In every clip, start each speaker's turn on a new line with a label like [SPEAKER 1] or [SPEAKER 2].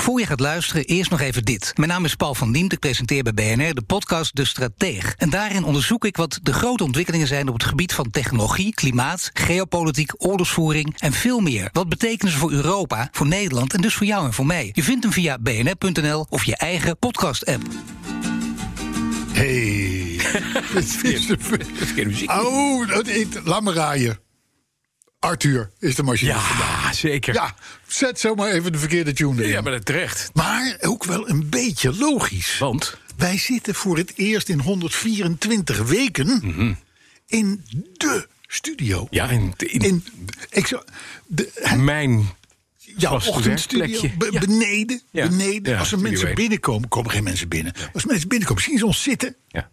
[SPEAKER 1] Voor je gaat luisteren, eerst nog even dit. Mijn naam is Paul van Diemt, ik presenteer bij BNR de podcast De Strateeg. En daarin onderzoek ik wat de grote ontwikkelingen zijn op het gebied van technologie, klimaat, geopolitiek, oorlogsvoering en veel meer. Wat betekenen ze voor Europa, voor Nederland en dus voor jou en voor mij? Je vindt hem via bnr.nl of je eigen podcast-app.
[SPEAKER 2] Hey. Dit is de
[SPEAKER 3] Verkeerde muziek.
[SPEAKER 2] Oh, dat- ik- laat me raaien. Arthur is de machine.
[SPEAKER 3] Ja, zeker.
[SPEAKER 2] Ja, zet zomaar even de verkeerde tune in.
[SPEAKER 3] Ja, maar dat terecht.
[SPEAKER 2] Maar ook wel een beetje logisch.
[SPEAKER 3] Want?
[SPEAKER 2] Wij zitten voor het eerst in 124 weken in de studio.
[SPEAKER 3] Mhm. Ja, in, in,
[SPEAKER 2] In, ik zou, de,
[SPEAKER 3] mijn
[SPEAKER 2] jouw
[SPEAKER 3] was het
[SPEAKER 2] ochtendstudio,
[SPEAKER 3] werkplekje.
[SPEAKER 2] be-
[SPEAKER 3] Ja.
[SPEAKER 2] beneden.
[SPEAKER 3] Ja.
[SPEAKER 2] beneden.
[SPEAKER 3] Ja,
[SPEAKER 2] Als er
[SPEAKER 3] jullie
[SPEAKER 2] mensen
[SPEAKER 3] weten.
[SPEAKER 2] binnenkomen, komen geen mensen binnen. Als mensen binnenkomen, zien ze ons zitten.
[SPEAKER 3] Ja.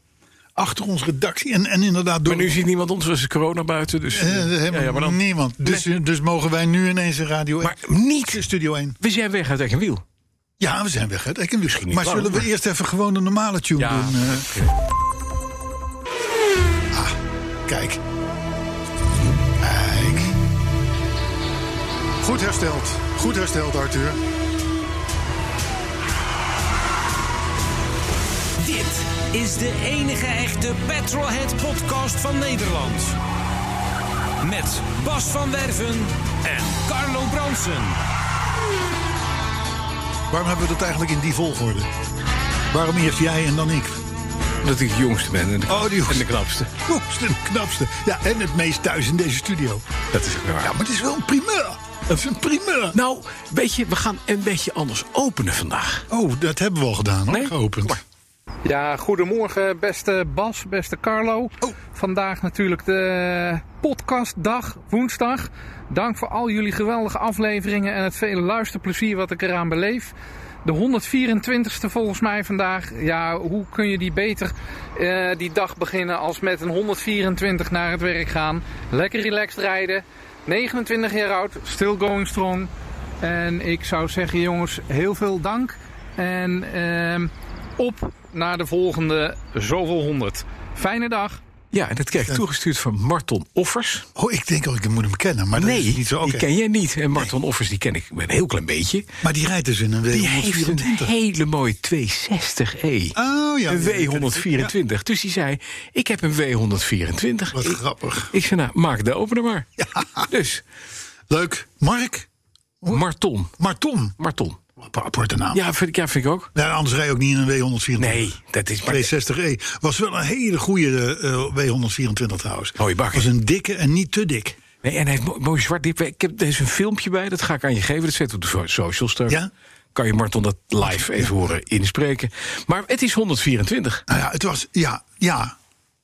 [SPEAKER 2] Achter onze redactie en, en inderdaad door
[SPEAKER 3] Maar nu ziet niemand ons, er is corona buiten. Dus,
[SPEAKER 2] Eh, dat hebben
[SPEAKER 3] ja, ja, maar dan,
[SPEAKER 2] niemand. Dus, dus mogen wij nu ineens een radio
[SPEAKER 3] Maar
[SPEAKER 2] niet de studio 1.
[SPEAKER 3] we zijn weg uit eigen wiel.
[SPEAKER 2] Ja, we zijn weg. Hè? Ik
[SPEAKER 3] Misschien niet
[SPEAKER 2] maar
[SPEAKER 3] lang,
[SPEAKER 2] zullen we
[SPEAKER 3] maar-
[SPEAKER 2] eerst even gewoon een normale tune
[SPEAKER 3] Ja.
[SPEAKER 2] doen? eh? Ah, Kijk. Kijk. Goed hersteld. Goed hersteld, Arthur.
[SPEAKER 4] Dit is de enige echte Petrolhead podcast van Nederland. Met Bas van Werven en Carlo Bronsen.
[SPEAKER 2] Waarom hebben we dat eigenlijk in die volgorde? Waarom eerst jij en dan ik?
[SPEAKER 3] Omdat ik de jongste ben en de,
[SPEAKER 2] Oh, die
[SPEAKER 3] en de knapste.
[SPEAKER 2] Hoogste, en knapste. Ja, en het meest thuis in deze studio.
[SPEAKER 3] Dat is ook weer waar.
[SPEAKER 2] Ja, maar het is wel een primeur. Het is een primeur.
[SPEAKER 3] Nou, weet je, we gaan een beetje anders openen vandaag.
[SPEAKER 2] Oh, dat hebben we al gedaan, hoor.
[SPEAKER 3] Nee?
[SPEAKER 2] geopend.
[SPEAKER 5] Ja, goedemorgen beste Bas, beste Carlo. Vandaag natuurlijk de podcastdag, woensdag. Dank voor al jullie geweldige afleveringen en het vele luisterplezier wat ik eraan beleef. De 124ste volgens mij vandaag. Ja, hoe kun je die beter eh, die dag beginnen als met een 124 naar het werk gaan. Lekker relaxed rijden. 29 jaar oud, still going strong. En ik zou zeggen jongens, heel veel dank. En ehm, op naar de volgende zoveel honderd. Fijne dag.
[SPEAKER 3] Ja, en dat kreeg ik toegestuurd van Marton Offers.
[SPEAKER 2] Oh, ik denk ook, ik moet hem kennen, maar dat
[SPEAKER 3] Nee,
[SPEAKER 2] is niet zo.
[SPEAKER 3] die
[SPEAKER 2] oké.
[SPEAKER 3] ken jij niet. En Marton Offers, die ken ik een heel klein beetje.
[SPEAKER 2] Maar die rijdt dus in een
[SPEAKER 3] Die heeft een
[SPEAKER 2] W124.
[SPEAKER 3] hele mooie 260e.
[SPEAKER 2] Oh ja.
[SPEAKER 3] een
[SPEAKER 2] ja, ja, dat is-
[SPEAKER 3] W124. Dus die zei, ik heb een W124.
[SPEAKER 2] Wat
[SPEAKER 3] Ik-
[SPEAKER 2] grappig.
[SPEAKER 3] Ik zei, nou, maak de opener maar. Dus,
[SPEAKER 2] Leuk. Mark?
[SPEAKER 3] Marton.
[SPEAKER 2] Marton.
[SPEAKER 3] Marton.
[SPEAKER 2] Wat een aparte naam.
[SPEAKER 3] Ja vind, ik- ja, vind ik ook.
[SPEAKER 2] Ja, anders rij je ook niet in een W124.
[SPEAKER 3] Nee, dat is maar...
[SPEAKER 2] 260E. E. Was wel een hele goede eh, W124 trouwens.
[SPEAKER 3] Mooie bak, hè?
[SPEAKER 2] Was een dikke en niet te dik.
[SPEAKER 3] Nee, en hij heeft mooi, mooi zwart dip. Ik heb, er is een filmpje bij, dat ga ik aan je geven. Dat zetten we op de so- socials. Daar
[SPEAKER 2] Ja?
[SPEAKER 3] kan je Marton dat live even horen inspreken. Maar het is 124.
[SPEAKER 2] Nou ja, het was... Ja, ja,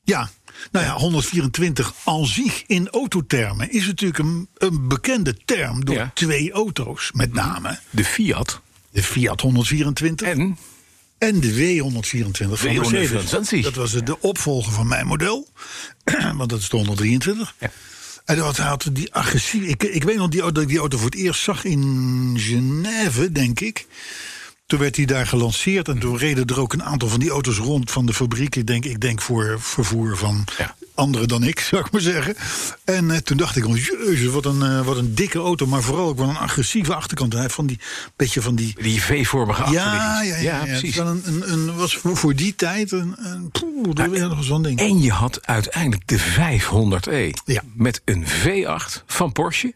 [SPEAKER 2] ja. Nou ja, 124 al zich in autothermen is natuurlijk een, een bekende term door
[SPEAKER 3] Ja.
[SPEAKER 2] twee auto's met name.
[SPEAKER 3] De Fiat
[SPEAKER 2] De Fiat 124
[SPEAKER 3] en...
[SPEAKER 2] En de W124 van
[SPEAKER 3] W124,
[SPEAKER 2] Mercedes. Dat was de- de opvolger van mijn model. Want dat is de 123.
[SPEAKER 3] Ja.
[SPEAKER 2] En dat had die agressief. Ik, ik weet nog die, auto- dat ik die auto voor het eerst zag in Genève, denk ik. Toen werd die daar gelanceerd. En toen reden er ook een aantal van die auto's rond van de fabriek. Ik denk, ik denk voor vervoer van
[SPEAKER 3] Ja.
[SPEAKER 2] anderen dan ik, zou ik maar zeggen. En eh, toen dacht ik, oh, jezus, wat een, eh, wat een dikke auto. Maar vooral ook wel een agressieve achterkant. Hij heeft van die, beetje van die
[SPEAKER 3] Die V-vormige
[SPEAKER 2] ja, ja,
[SPEAKER 3] achterligging.
[SPEAKER 2] ja, ja, Het is
[SPEAKER 3] precies.
[SPEAKER 2] wel een, een, een, was voor, voor die tijd een. een poeh, dat
[SPEAKER 3] Nou,
[SPEAKER 2] was nog zo'n ding.
[SPEAKER 3] En je had uiteindelijk de 500e.
[SPEAKER 2] Ja.
[SPEAKER 3] Met een V8 van Porsche.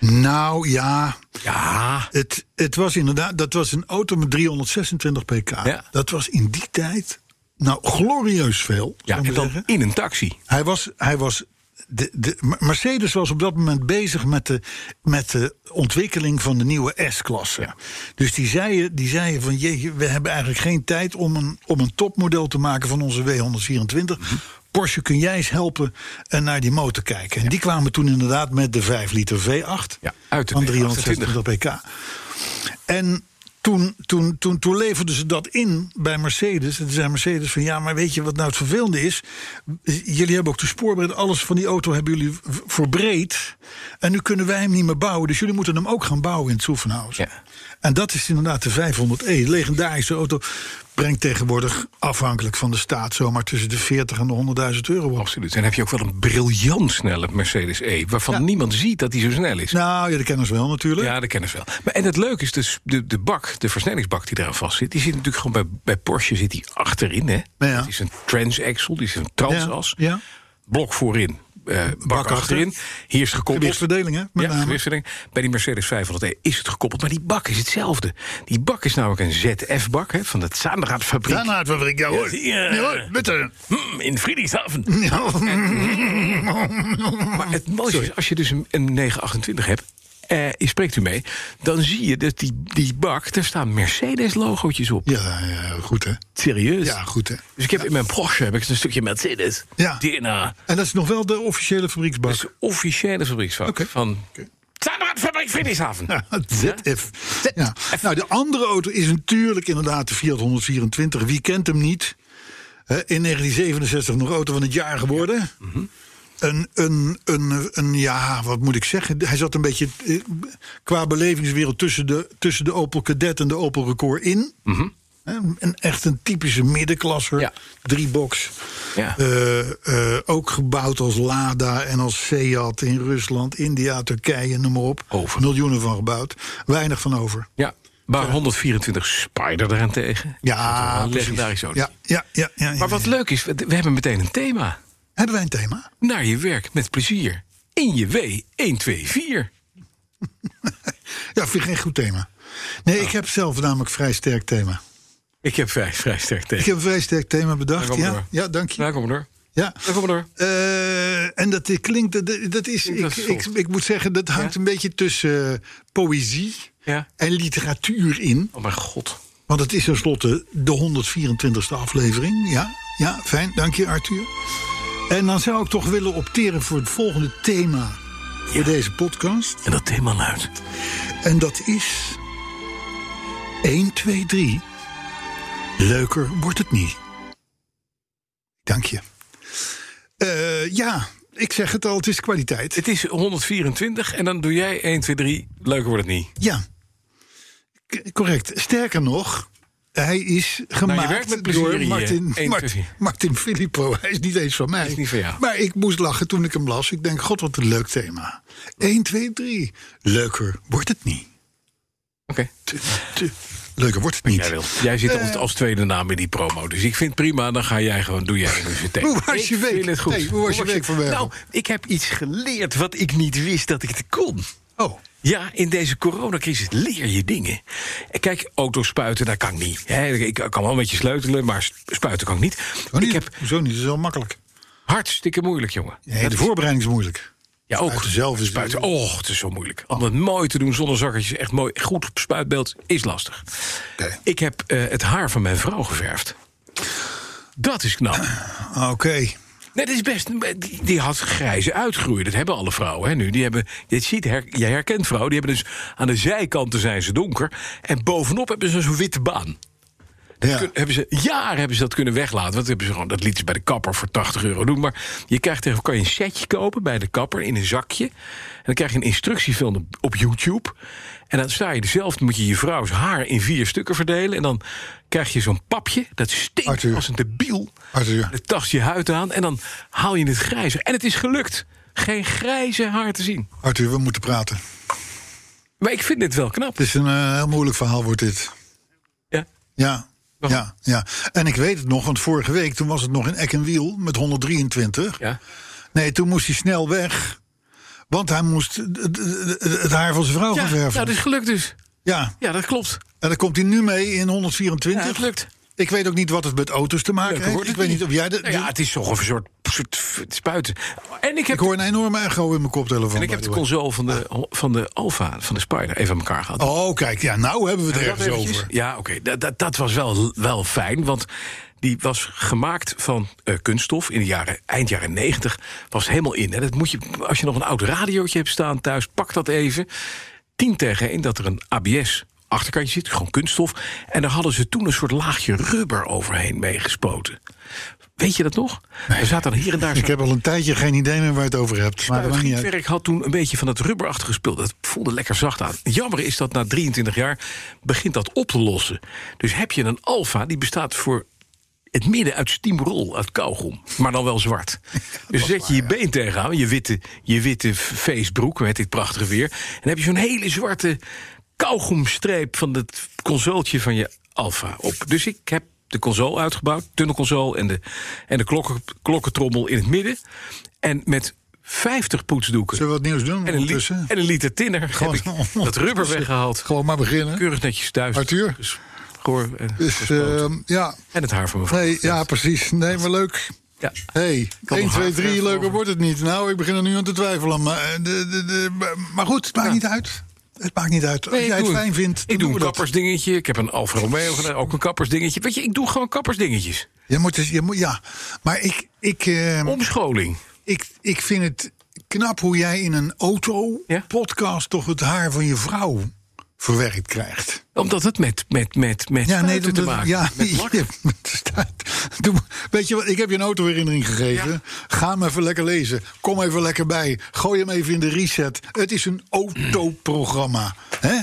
[SPEAKER 2] Nou ja,
[SPEAKER 3] Ja.
[SPEAKER 2] het, het was inderdaad. Dat was een auto met 326 pk.
[SPEAKER 3] Ja.
[SPEAKER 2] Dat was in die tijd. Nou, glorieus veel.
[SPEAKER 3] Ja,
[SPEAKER 2] zou ik
[SPEAKER 3] en dan
[SPEAKER 2] zeggen.
[SPEAKER 3] in een taxi.
[SPEAKER 2] Hij was. Hij was de, de, Mercedes was op dat moment bezig met de, met de ontwikkeling van de nieuwe S-klasse. Dus die zeiden, die zeiden van, jeetje, we hebben eigenlijk geen tijd om een, om een topmodel te maken van onze W124.
[SPEAKER 3] Mhm.
[SPEAKER 2] Porsche, kun jij eens helpen en naar die motor kijken? En die kwamen toen inderdaad met de 5 liter V8
[SPEAKER 3] Ja, uit de
[SPEAKER 2] van
[SPEAKER 3] 328.
[SPEAKER 2] 326 pk. En toen, toen, toen, toen leverden ze dat in bij Mercedes. En toen zei Mercedes van ja, maar weet je wat nou het vervelende is? Jullie hebben ook de spoorbreedte, alles van die auto hebben jullie v- verbreed. En nu kunnen wij hem niet meer bouwen. Dus jullie moeten hem ook gaan bouwen in het Soevenhuizen.
[SPEAKER 3] Ja.
[SPEAKER 2] En dat is inderdaad de 500e. Legendarische auto brengt tegenwoordig afhankelijk van de staat zomaar tussen de 40 en de 100.000 euro op.
[SPEAKER 3] Absoluut. En dan heb je ook wel een briljant snelle Mercedes E. Waarvan niemand ziet dat hij zo snel is.
[SPEAKER 2] Nou, ja, de kenners wel natuurlijk.
[SPEAKER 3] Ja, dat kennen ze wel. Maar, en het leuke is, dus de, de bak, de versnellingsbak die eraan vast zit... die zit natuurlijk gewoon bij, bij Porsche zit die achterin. Hè?
[SPEAKER 2] Ja.
[SPEAKER 3] Het is een transaxle, die is een transas.
[SPEAKER 2] ja.
[SPEAKER 3] Blok voorin, eh, bak,
[SPEAKER 2] achter.
[SPEAKER 3] achterin. Hier is gekoppeld.
[SPEAKER 2] Gewichtsverdeling, hè? Met
[SPEAKER 3] ja,
[SPEAKER 2] name.
[SPEAKER 3] gewichtsverdeling. Bij die Mercedes 500e is het gekoppeld. Maar die bak is hetzelfde. Die bak is namelijk een ZF-bak van de Zaanraadfabriek.
[SPEAKER 2] Daarna het fabriek, ja hoor.
[SPEAKER 3] Ja.
[SPEAKER 2] Ja hoor, bitte.
[SPEAKER 3] Hmm, in Friedrichshaven.
[SPEAKER 2] Ja.
[SPEAKER 3] Maar het mooiste is, als je dus een, een 928 hebt, eh, je spreekt u mee... dan zie je dat die, die bak, daar staan Mercedes-logootjes op.
[SPEAKER 2] Ja, ja, goed hè.
[SPEAKER 3] Serieus?
[SPEAKER 2] Ja, goed hè.
[SPEAKER 3] Dus ik heb in mijn Porsche heb ik een stukje Mercedes.
[SPEAKER 2] Ja.
[SPEAKER 3] DNA.
[SPEAKER 2] En dat is nog wel de officiële fabrieksbak.
[SPEAKER 3] Dat is de officiële fabrieksvak
[SPEAKER 2] Oké.
[SPEAKER 3] van... Zaanraadfabriek Friedrichshaven.
[SPEAKER 2] Ja, ZF. Ja. Nou, de andere auto is natuurlijk inderdaad de Fiat 124. Wie kent hem niet? Hè, In 1967 nog auto van het jaar geworden. Een, een, een, een, ja, wat moet ik zeggen? Hij zat een beetje eh, qua belevingswereld tussen de, tussen de Opel Cadet en de Opel Record in. Hè, Een, echt een typische middenklasser.
[SPEAKER 3] Ja.
[SPEAKER 2] Drie box.
[SPEAKER 3] Ja.
[SPEAKER 2] Eh, eh, ook gebouwd als Lada en als Seat in Rusland, India, Turkije, noem maar op.
[SPEAKER 3] Over.
[SPEAKER 2] Miljoenen van gebouwd. Weinig van over.
[SPEAKER 3] Ja, maar 124 Spider daarentegen.
[SPEAKER 2] Ja,
[SPEAKER 3] Een
[SPEAKER 2] precies.
[SPEAKER 3] legendarische auto.
[SPEAKER 2] Ja, ja, ja, ja, ja,
[SPEAKER 3] Maar wat
[SPEAKER 2] ja.
[SPEAKER 3] leuk is, we we hebben meteen een thema.
[SPEAKER 2] Hebben wij een thema?
[SPEAKER 3] Naar je werk met plezier. In je W124.
[SPEAKER 2] Ja, vind ik geen goed thema. Nee, ik heb zelf namelijk een vrij sterk thema.
[SPEAKER 3] Ik heb vrij, vrij sterk
[SPEAKER 2] Ik
[SPEAKER 3] tegen.
[SPEAKER 2] heb een vrij sterk thema bedacht.
[SPEAKER 3] Daar komen
[SPEAKER 2] Ja,
[SPEAKER 3] we.
[SPEAKER 2] ja, dank je.
[SPEAKER 3] Nou, kom maar door.
[SPEAKER 2] Ja.
[SPEAKER 3] Nou, kom maar door.
[SPEAKER 2] Eh, en dat klinkt, dat, dat is,
[SPEAKER 3] Klinkt
[SPEAKER 2] ik,
[SPEAKER 3] als
[SPEAKER 2] ik,
[SPEAKER 3] soft.
[SPEAKER 2] ik moet zeggen, dat hangt een beetje tussen eh, poëzie
[SPEAKER 3] Ja.
[SPEAKER 2] en literatuur in.
[SPEAKER 3] Oh mijn god.
[SPEAKER 2] Want het is tenslotte de 124ste aflevering. Ja, ja, fijn. Dank je, Arthur. En dan zou ik toch willen opteren voor het volgende thema voor deze podcast.
[SPEAKER 3] En dat thema luidt.
[SPEAKER 2] En dat is... 1, 2, 3. Leuker wordt het niet. Dank je. Eh, ja, ik zeg het al, het is kwaliteit.
[SPEAKER 3] Het is 124 en dan doe jij 1, 2, 3. Leuker wordt het niet.
[SPEAKER 2] Ja, K- correct. Sterker nog, hij is gemaakt
[SPEAKER 3] Nou, werkt met plezier
[SPEAKER 2] door
[SPEAKER 3] hier,
[SPEAKER 2] Martin,
[SPEAKER 3] één
[SPEAKER 2] Mart-
[SPEAKER 3] plezier.
[SPEAKER 2] Martin Filippo. Hij is niet eens van mij.
[SPEAKER 3] Is niet van jou.
[SPEAKER 2] Maar ik moest lachen toen ik hem las. Ik denk, god, wat een leuk thema. 1, 2, 3. Leuker wordt het niet.
[SPEAKER 3] Oké.
[SPEAKER 2] Te- te- Leuker wordt het
[SPEAKER 3] Jij,
[SPEAKER 2] niet.
[SPEAKER 3] wil. jij
[SPEAKER 2] Eh.
[SPEAKER 3] zit als, als tweede naam in die promo. Dus ik vind prima, dan ga jij gewoon, doe jij nu je thema.
[SPEAKER 2] Hoe was
[SPEAKER 3] Ik
[SPEAKER 2] je week?
[SPEAKER 3] vind het goed.
[SPEAKER 2] Hey, hoe was je week vanmiddag?
[SPEAKER 3] Nou, ik heb iets geleerd wat ik niet wist dat ik het kon.
[SPEAKER 2] Oh,
[SPEAKER 3] Ja, in deze coronacrisis leer je dingen. En Kijk, auto's spuiten, dat kan ik niet. Hè, ik kan wel een beetje sleutelen, maar sp- spuiten kan ik niet.
[SPEAKER 2] zo niet.
[SPEAKER 3] Ik heb
[SPEAKER 2] Zo niet, dat is wel makkelijk.
[SPEAKER 3] hartstikke moeilijk, jongen.
[SPEAKER 2] Nee, de voorbereiding is moeilijk.
[SPEAKER 3] Ja, ook.
[SPEAKER 2] Spuiten zelf is-
[SPEAKER 3] Spuiten, oh, het is zo moeilijk. Om het mooi te doen zonder zakkertjes, echt mooi, goed op spuitbeeld, is lastig.
[SPEAKER 2] Oké.
[SPEAKER 3] Ik heb eh, het haar van mijn vrouw geverfd. Dat is knap.
[SPEAKER 2] Ah, Oké.
[SPEAKER 3] Nee, dat is best. Die, die had grijze uitgroei. Dat hebben alle vrouwen hè, nu. Die hebben, je ziet, her, je herkent vrouwen. Die hebben dus aan de zijkanten zijn ze donker. En bovenop hebben ze zo'n witte baan.
[SPEAKER 2] Ja.
[SPEAKER 3] Kun- hebben ze, jaren hebben ze dat kunnen weglaten. Want hebben ze gewoon, dat lieten ze bij de kapper voor 80 euro doen. Maar je krijgt tegen, kan je een setje kopen bij de kapper in een zakje. En dan krijg je een instructiefilm op, op YouTube. En dan sta je er zelf, dan moet je je vrouw's haar in vier stukken verdelen. En dan krijg je zo'n papje, dat stinkt
[SPEAKER 2] Arthur.
[SPEAKER 3] als een debiel.
[SPEAKER 2] Arthur.
[SPEAKER 3] Dan tast je huid aan en dan haal je het grijze. En het is gelukt. Geen grijze haar te zien.
[SPEAKER 2] Arthur, we moeten praten.
[SPEAKER 3] Maar ik vind dit wel knap. Dus,
[SPEAKER 2] Het is een eh, heel moeilijk verhaal, wordt dit.
[SPEAKER 3] Ja.
[SPEAKER 2] Ja.
[SPEAKER 3] Waarom?
[SPEAKER 2] Ja, ja, en ik weet het nog, want vorige week toen was het nog in Eck en Wiel met 123.
[SPEAKER 3] Ja.
[SPEAKER 2] Nee, toen moest hij snel weg, want hij moest d- d- d- het haar van zijn vrouw
[SPEAKER 3] Ja,
[SPEAKER 2] gaan
[SPEAKER 3] nou,
[SPEAKER 2] verven.
[SPEAKER 3] dat is gelukt dus.
[SPEAKER 2] Ja,
[SPEAKER 3] Ja, dat klopt.
[SPEAKER 2] en daar komt hij nu mee in
[SPEAKER 3] Ja,
[SPEAKER 2] 124.
[SPEAKER 3] het lukt.
[SPEAKER 2] ik weet ook niet wat het met auto's te maken
[SPEAKER 3] Leuker
[SPEAKER 2] heeft.
[SPEAKER 3] wordt
[SPEAKER 2] Ik
[SPEAKER 3] het
[SPEAKER 2] weet niet of jij dat.
[SPEAKER 3] Nou ja, het is toch een soort, soort f- spuiten. En ik
[SPEAKER 2] ik
[SPEAKER 3] heb,
[SPEAKER 2] hoor een enorme echo in mijn koptelefoon.
[SPEAKER 3] en ik
[SPEAKER 2] by
[SPEAKER 3] heb de
[SPEAKER 2] the way.
[SPEAKER 3] console van de, van de Alfa, van de Spider, even aan elkaar gehad.
[SPEAKER 2] Oh, kijk, ja, nou hebben we het
[SPEAKER 3] Dat
[SPEAKER 2] ergens
[SPEAKER 3] eventjes?
[SPEAKER 2] over.
[SPEAKER 3] Ja, oké. Dat, dat, dat was wel, wel fijn, want die was gemaakt van eh, kunststof. In de jaren, eind jaren 90 was het helemaal in. Hè. Dat moet je, als je nog een oud radiootje hebt staan thuis, pak dat even. 10 tegen 1 dat er een ABS achterkantje dus zit, gewoon kunststof. En daar hadden ze toen een soort laagje rubber overheen meegespoten.
[SPEAKER 1] Weet je dat nog? Er zaten dan hier en daar
[SPEAKER 2] Ik heb al een tijdje geen idee meer waar je het over hebt. Maar
[SPEAKER 1] het
[SPEAKER 2] dat maakt niet uit.
[SPEAKER 1] gietwerk had toen een beetje van het rubberachtige spul. Dat voelde lekker zacht aan. Jammer is dat na 23 jaar begint dat op te lossen. Dus heb je een alfa die bestaat voor het midden uit steamroll, uit kauwgom. Maar dan wel zwart. Dus zet je je been tegenaan, je witte, je witte feestbroek met dit prachtige weer. En dan heb je zo'n hele zwarte kauwgomstreep van het consoleetje van je alfa op. Dus ik heb de console uitgebouwd, tunnelconsole en de, en de klokken, klokkentrommel in het midden. En met 50 poetsdoeken
[SPEAKER 2] Zullen we wat nieuws doen
[SPEAKER 1] en een, li-
[SPEAKER 2] ondertussen?
[SPEAKER 1] en een liter tinner
[SPEAKER 2] Gewoon
[SPEAKER 1] heb ik dat
[SPEAKER 2] ondertussen.
[SPEAKER 1] rubber weggehaald.
[SPEAKER 2] Gewoon maar beginnen.
[SPEAKER 1] Keurig netjes thuis.
[SPEAKER 2] Arthur?
[SPEAKER 1] Dus, goor, en,
[SPEAKER 2] Dus ehm, ja,
[SPEAKER 1] en het haar van mevrouw.
[SPEAKER 2] nee, ja, precies. Nee, maar leuk.
[SPEAKER 1] Ja.
[SPEAKER 2] Hey,
[SPEAKER 1] had
[SPEAKER 2] 1,
[SPEAKER 1] nog
[SPEAKER 2] 2,
[SPEAKER 1] haar
[SPEAKER 2] 3,
[SPEAKER 1] verf
[SPEAKER 2] leuker
[SPEAKER 1] over.
[SPEAKER 2] wordt het niet. Nou, ik begin er nu aan te twijfelen. Maar, eh, de, de, de, maar- maar goed, het maakt niet uit. Het maakt niet uit. Als
[SPEAKER 1] Nee, ik
[SPEAKER 2] jij het
[SPEAKER 1] doe-
[SPEAKER 2] fijn vindt, dan
[SPEAKER 1] Ik doe
[SPEAKER 2] doen
[SPEAKER 1] een
[SPEAKER 2] we dat.
[SPEAKER 1] kappersdingetje. Ik heb een Alfa Romeo gedaan. Ook een kappersdingetje. Weet je, ik doe gewoon kappersdingetjes.
[SPEAKER 2] Je moet, dus, je moet, ja, maar ik, ik, ehm,
[SPEAKER 1] Omscholing.
[SPEAKER 2] ik, ik vind het knap hoe jij in een
[SPEAKER 1] Ja?
[SPEAKER 2] auto-podcast toch het haar van je vrouw verwerkt krijgt.
[SPEAKER 1] Omdat het met, met, met, met
[SPEAKER 2] Ja, nee,
[SPEAKER 1] spuiten
[SPEAKER 2] dat,
[SPEAKER 1] te maken.
[SPEAKER 2] ja,
[SPEAKER 1] met lak.
[SPEAKER 2] je- met de staart. Doe maar- Weet je wat, ik heb je een autoherinnering gegeven. Ga hem even lekker lezen. Kom even lekker bij. Gooi hem even in de reset. Het is een autoprogramma. hè?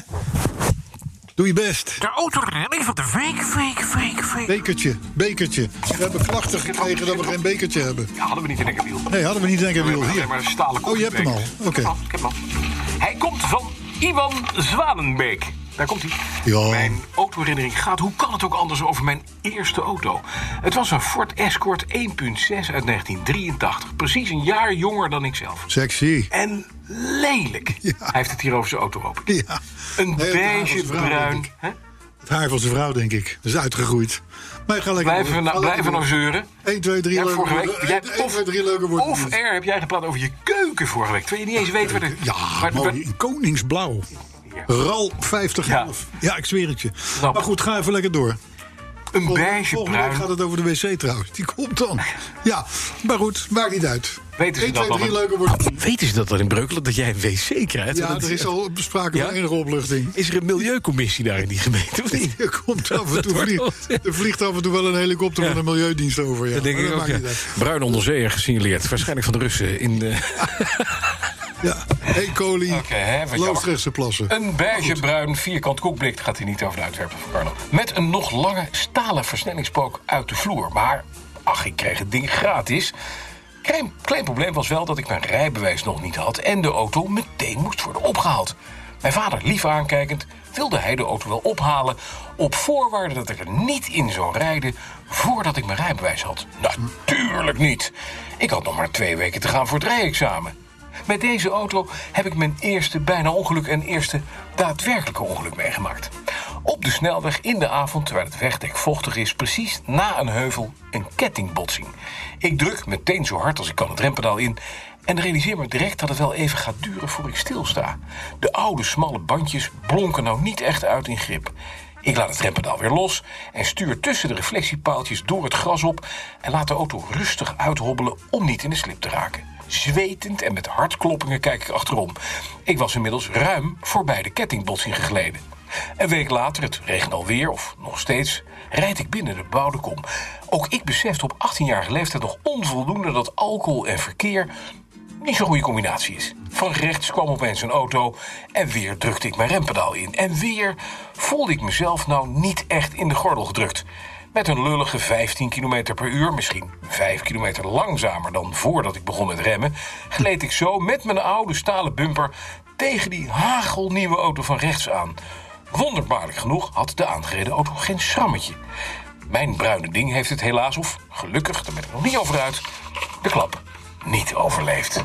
[SPEAKER 2] Doe je best.
[SPEAKER 3] De autoredding van de week, week, week, week.
[SPEAKER 2] Bekertje, bekertje. We hebben klachten gekregen dat we geen bekertje hebben.
[SPEAKER 3] Ja, hadden we niet in een wiel.
[SPEAKER 2] Nee, hadden we niet denken, Wiel.
[SPEAKER 3] Alleen maar een
[SPEAKER 2] Hier.
[SPEAKER 3] stalen
[SPEAKER 2] Oh, je hebt hem al.
[SPEAKER 3] koffiebeker.
[SPEAKER 2] Oké.
[SPEAKER 3] Ik heb hem al. Hij komt van Iwan Zwanenbeek. Daar komt hij.
[SPEAKER 2] Ja.
[SPEAKER 3] Mijn autoherinnering gaat, hoe kan het ook anders, over mijn eerste auto. Het was een Ford Escort 1.6 uit 1983. Precies een jaar jonger dan ik zelf.
[SPEAKER 2] Sexy.
[SPEAKER 3] En lelijk.
[SPEAKER 2] Ja.
[SPEAKER 3] Hij heeft het hier over zijn auto open.
[SPEAKER 2] Ja.
[SPEAKER 3] Een
[SPEAKER 2] Nee, het haar van zijn
[SPEAKER 3] beige
[SPEAKER 2] vrouw, denk
[SPEAKER 3] bruin.
[SPEAKER 2] ik.
[SPEAKER 3] hè?
[SPEAKER 2] Het haar van zijn vrouw, denk ik. Dat is uitgegroeid. Maar ga lekker
[SPEAKER 3] Blijven we
[SPEAKER 2] door.
[SPEAKER 3] nou,
[SPEAKER 2] Ga lekker
[SPEAKER 3] blijven we
[SPEAKER 2] door.
[SPEAKER 3] nou zeuren?
[SPEAKER 2] 1, 2, 3
[SPEAKER 3] Ja,
[SPEAKER 2] leuke
[SPEAKER 3] vorige week,
[SPEAKER 2] woorden.
[SPEAKER 3] jij,
[SPEAKER 2] 1, 2, 3 leuke
[SPEAKER 3] of,
[SPEAKER 2] woorden.
[SPEAKER 3] of er heb jij gepraat over je keuken vorige week. Terwijl je niet eens weet waar de...
[SPEAKER 2] Ja,
[SPEAKER 3] waar de-
[SPEAKER 2] mooi. In koningsblauw. RAL 50
[SPEAKER 3] Ja.
[SPEAKER 2] ja. ja, ik zweer het je.
[SPEAKER 3] Knap.
[SPEAKER 2] Maar goed, ga even lekker door.
[SPEAKER 3] Een
[SPEAKER 2] Volgende-
[SPEAKER 3] beige
[SPEAKER 2] Volgende week
[SPEAKER 3] bruin.
[SPEAKER 2] gaat het over de wc trouwens. Die komt dan. Ja, maar goed, maakt niet uit.
[SPEAKER 3] Weten ze
[SPEAKER 2] 1,
[SPEAKER 3] dat
[SPEAKER 2] 2,
[SPEAKER 3] dan?
[SPEAKER 2] 3 leuke wordt.
[SPEAKER 1] Weten ze dat dan in Breukelen? Dat jij een wc krijgt?
[SPEAKER 2] Ja,
[SPEAKER 1] Want dat
[SPEAKER 2] er is al sprake
[SPEAKER 1] Ja?
[SPEAKER 2] van enige opluchting.
[SPEAKER 1] is er een milieucommissie daar in die gemeente? Of niet?
[SPEAKER 2] Er, komt af en
[SPEAKER 1] Dat
[SPEAKER 2] toe
[SPEAKER 1] wordt
[SPEAKER 2] vlie-
[SPEAKER 1] wel-
[SPEAKER 2] er vliegt af en toe wel een helikopter
[SPEAKER 1] Ja.
[SPEAKER 2] van de Milieudienst over. Ja.
[SPEAKER 1] Dat denk
[SPEAKER 2] maar
[SPEAKER 1] ik ook,
[SPEAKER 2] maakt
[SPEAKER 1] ja.
[SPEAKER 2] niet uit.
[SPEAKER 1] Bruin onderzeeër gesignaleerd. Waarschijnlijk van de Russen. In, eh,
[SPEAKER 2] Ja. E. coli,
[SPEAKER 3] Oké, hè, wat Eh.
[SPEAKER 2] Loosdrechtse plassen.
[SPEAKER 3] Een beige bruin vierkant koekblik dat gaat hij niet over de uitwerpen van Carlo. Met een nog lange stalen versnellingspook uit de vloer. Maar, ach, ik kreeg het ding gratis. Klein, klein probleem was wel dat ik mijn rijbewijs nog niet had... en de auto meteen moest worden opgehaald. Mijn vader, lief aankijkend, wilde hij de auto wel ophalen... op voorwaarde dat ik er niet in zou rijden voordat ik mijn rijbewijs had. Natuurlijk niet. Ik had nog maar twee weken te gaan voor het rijexamen. Met deze auto heb ik mijn eerste bijna ongeluk en eerste daadwerkelijke ongeluk meegemaakt. Op de snelweg in de avond, terwijl het wegdek vochtig is, precies na een heuvel een kettingbotsing. Ik druk meteen zo hard als ik kan het rempedaal in en realiseer me direct dat het wel even gaat duren voor ik stilsta. De oude smalle bandjes blonken nou niet echt uit in grip. Ik laat het rempedaal weer los en stuur tussen de reflectiepaaltjes door het gras op en laat de auto rustig uithobbelen om niet in de slip te raken. Zwetend en met hartkloppingen kijk ik achterom. Ik was inmiddels ruim voorbij de kettingbotsing gegleden. Een week later, het regent alweer of nog steeds, rijd ik binnen de Boudekom. Ook ik besefte op 18-jarige leeftijd nog onvoldoende dat alcohol en verkeer niet zo'n goede combinatie is. Van rechts kwam opeens een auto en weer drukte ik mijn rempedaal in. En weer voelde ik mezelf nou niet echt in de gordel gedrukt. Met een lullige 15 km per uur, misschien 5 km langzamer dan voordat ik begon met remmen, gleed ik zo met mijn oude stalen bumper tegen die hagelnieuwe auto van rechts aan. Wonderbaarlijk genoeg had de aangereden auto geen schrammetje. Mijn bruine ding heeft het helaas, of gelukkig, daar ben ik nog niet over uit, de klap niet overleefd.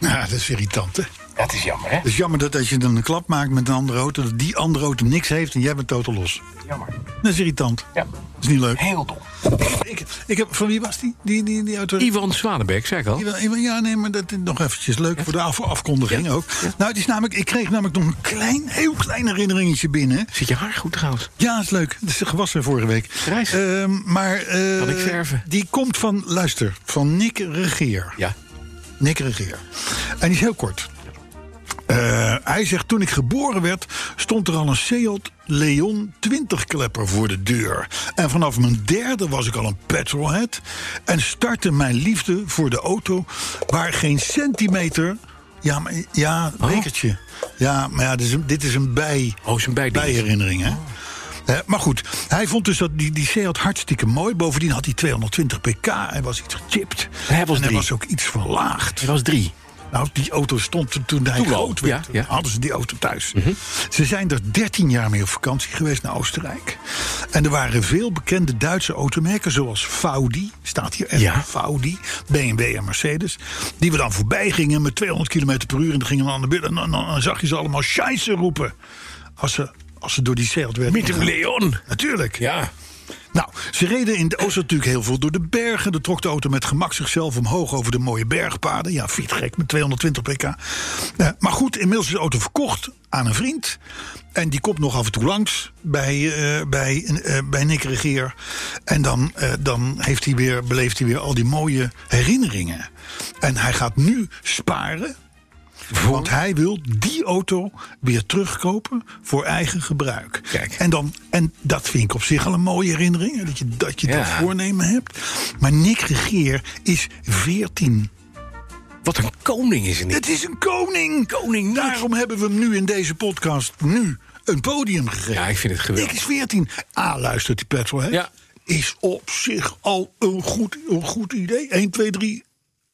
[SPEAKER 2] Ja, dat is irritant, hè?
[SPEAKER 3] Dat is jammer, hè?
[SPEAKER 2] Het is jammer dat als je dan een klap maakt met een andere auto... dat die andere auto niks heeft en jij bent totaal los.
[SPEAKER 3] Jammer.
[SPEAKER 2] Dat is irritant.
[SPEAKER 3] Ja,
[SPEAKER 2] Dat is niet leuk.
[SPEAKER 3] heel dom.
[SPEAKER 2] Ik, ik heb, van wie was die? Die, die, die auto?
[SPEAKER 1] Ivan Zwanenbeek, zei ik al.
[SPEAKER 2] Iwan- Iwan- Ja, nee, maar dat is nog eventjes leuk voor de af- afkondiging ook. Nou, het is namelijk, ik kreeg namelijk nog een klein, heel klein herinneringetje binnen.
[SPEAKER 1] Zit je haar goed trouwens?
[SPEAKER 2] Ja, is leuk. Het is gewassen vorige week.
[SPEAKER 1] Grijs.
[SPEAKER 2] Ehm, maar eh,
[SPEAKER 1] Kan ik verven?
[SPEAKER 2] die komt van, luister, van Nick Regeer.
[SPEAKER 1] Ja.
[SPEAKER 2] Nick Regeer. En die is heel kort. Eh, Hij zegt, toen ik geboren werd, stond er al een Seat Leon 20-klepper voor de deur. En vanaf mijn derde was ik al een petrolhead. En startte mijn liefde voor de auto, waar geen centimeter... Ja, maar, ja,
[SPEAKER 1] Oh.
[SPEAKER 2] bekertje. Ja, maar ja, dit is een, dit is een bij...
[SPEAKER 3] Oh, is een bijdingetje.
[SPEAKER 2] bijherinnering, hè? Eh, maar goed, hij vond dus dat die, die Seat hartstikke mooi. Bovendien had hij 220 pk en was iets gechipt.
[SPEAKER 3] Hij was
[SPEAKER 2] en hij
[SPEAKER 3] drie.
[SPEAKER 2] was ook iets verlaagd.
[SPEAKER 3] Het was drie.
[SPEAKER 2] Nou, die auto stond er toen hij
[SPEAKER 3] Toen al,
[SPEAKER 2] groot werd.
[SPEAKER 3] ja, Mhm. ja.
[SPEAKER 2] Hadden ze die auto thuis. Ze zijn er 13 jaar mee op vakantie geweest naar Oostenrijk. En er waren veel bekende Duitse automerken, zoals Audi, staat hier echt
[SPEAKER 3] Ja.
[SPEAKER 2] Audi, BMW en Mercedes. Die we dan voorbij gingen met 200 km per uur. En dan gingen we aan de binnen. En dan, dan- dan zag je ze allemaal scheisse roepen. Als ze, als ze door die Seat werden.
[SPEAKER 3] Met een Leon.
[SPEAKER 2] Natuurlijk.
[SPEAKER 3] Ja.
[SPEAKER 2] Nou, ze reden in de oost natuurlijk heel veel door de bergen. Dan trok de auto met gemak zichzelf omhoog over de mooie bergpaden. Ja, fietgek met 220 pk. Eh, maar goed, inmiddels is de auto verkocht aan een vriend. En die komt nog af en toe langs bij, eh, bij, eh, bij Nick Regeer. En dan, eh, dan heeft hij weer, beleeft hij weer al die mooie herinneringen. En hij gaat nu sparen. Want hij wil die auto weer terugkopen voor eigen gebruik.
[SPEAKER 3] Kijk.
[SPEAKER 2] En, dan, en dat vind ik op zich al een mooie herinnering. hè, Dat je dat, je dat
[SPEAKER 3] Ja.
[SPEAKER 2] voornemen hebt. Maar Nick Regeer is 14.
[SPEAKER 3] Wat een koning is er niet.
[SPEAKER 2] Het is een koning. Koning. Daarom hebben we hem nu in deze podcast nu een podium gegeven.
[SPEAKER 3] Ja, ik vind het
[SPEAKER 2] Nick
[SPEAKER 3] geweldig.
[SPEAKER 2] is 14. A, luistert die petrolhead.
[SPEAKER 3] Ja.
[SPEAKER 2] Is op zich al een goed, een goed idee. 1, 2, 3.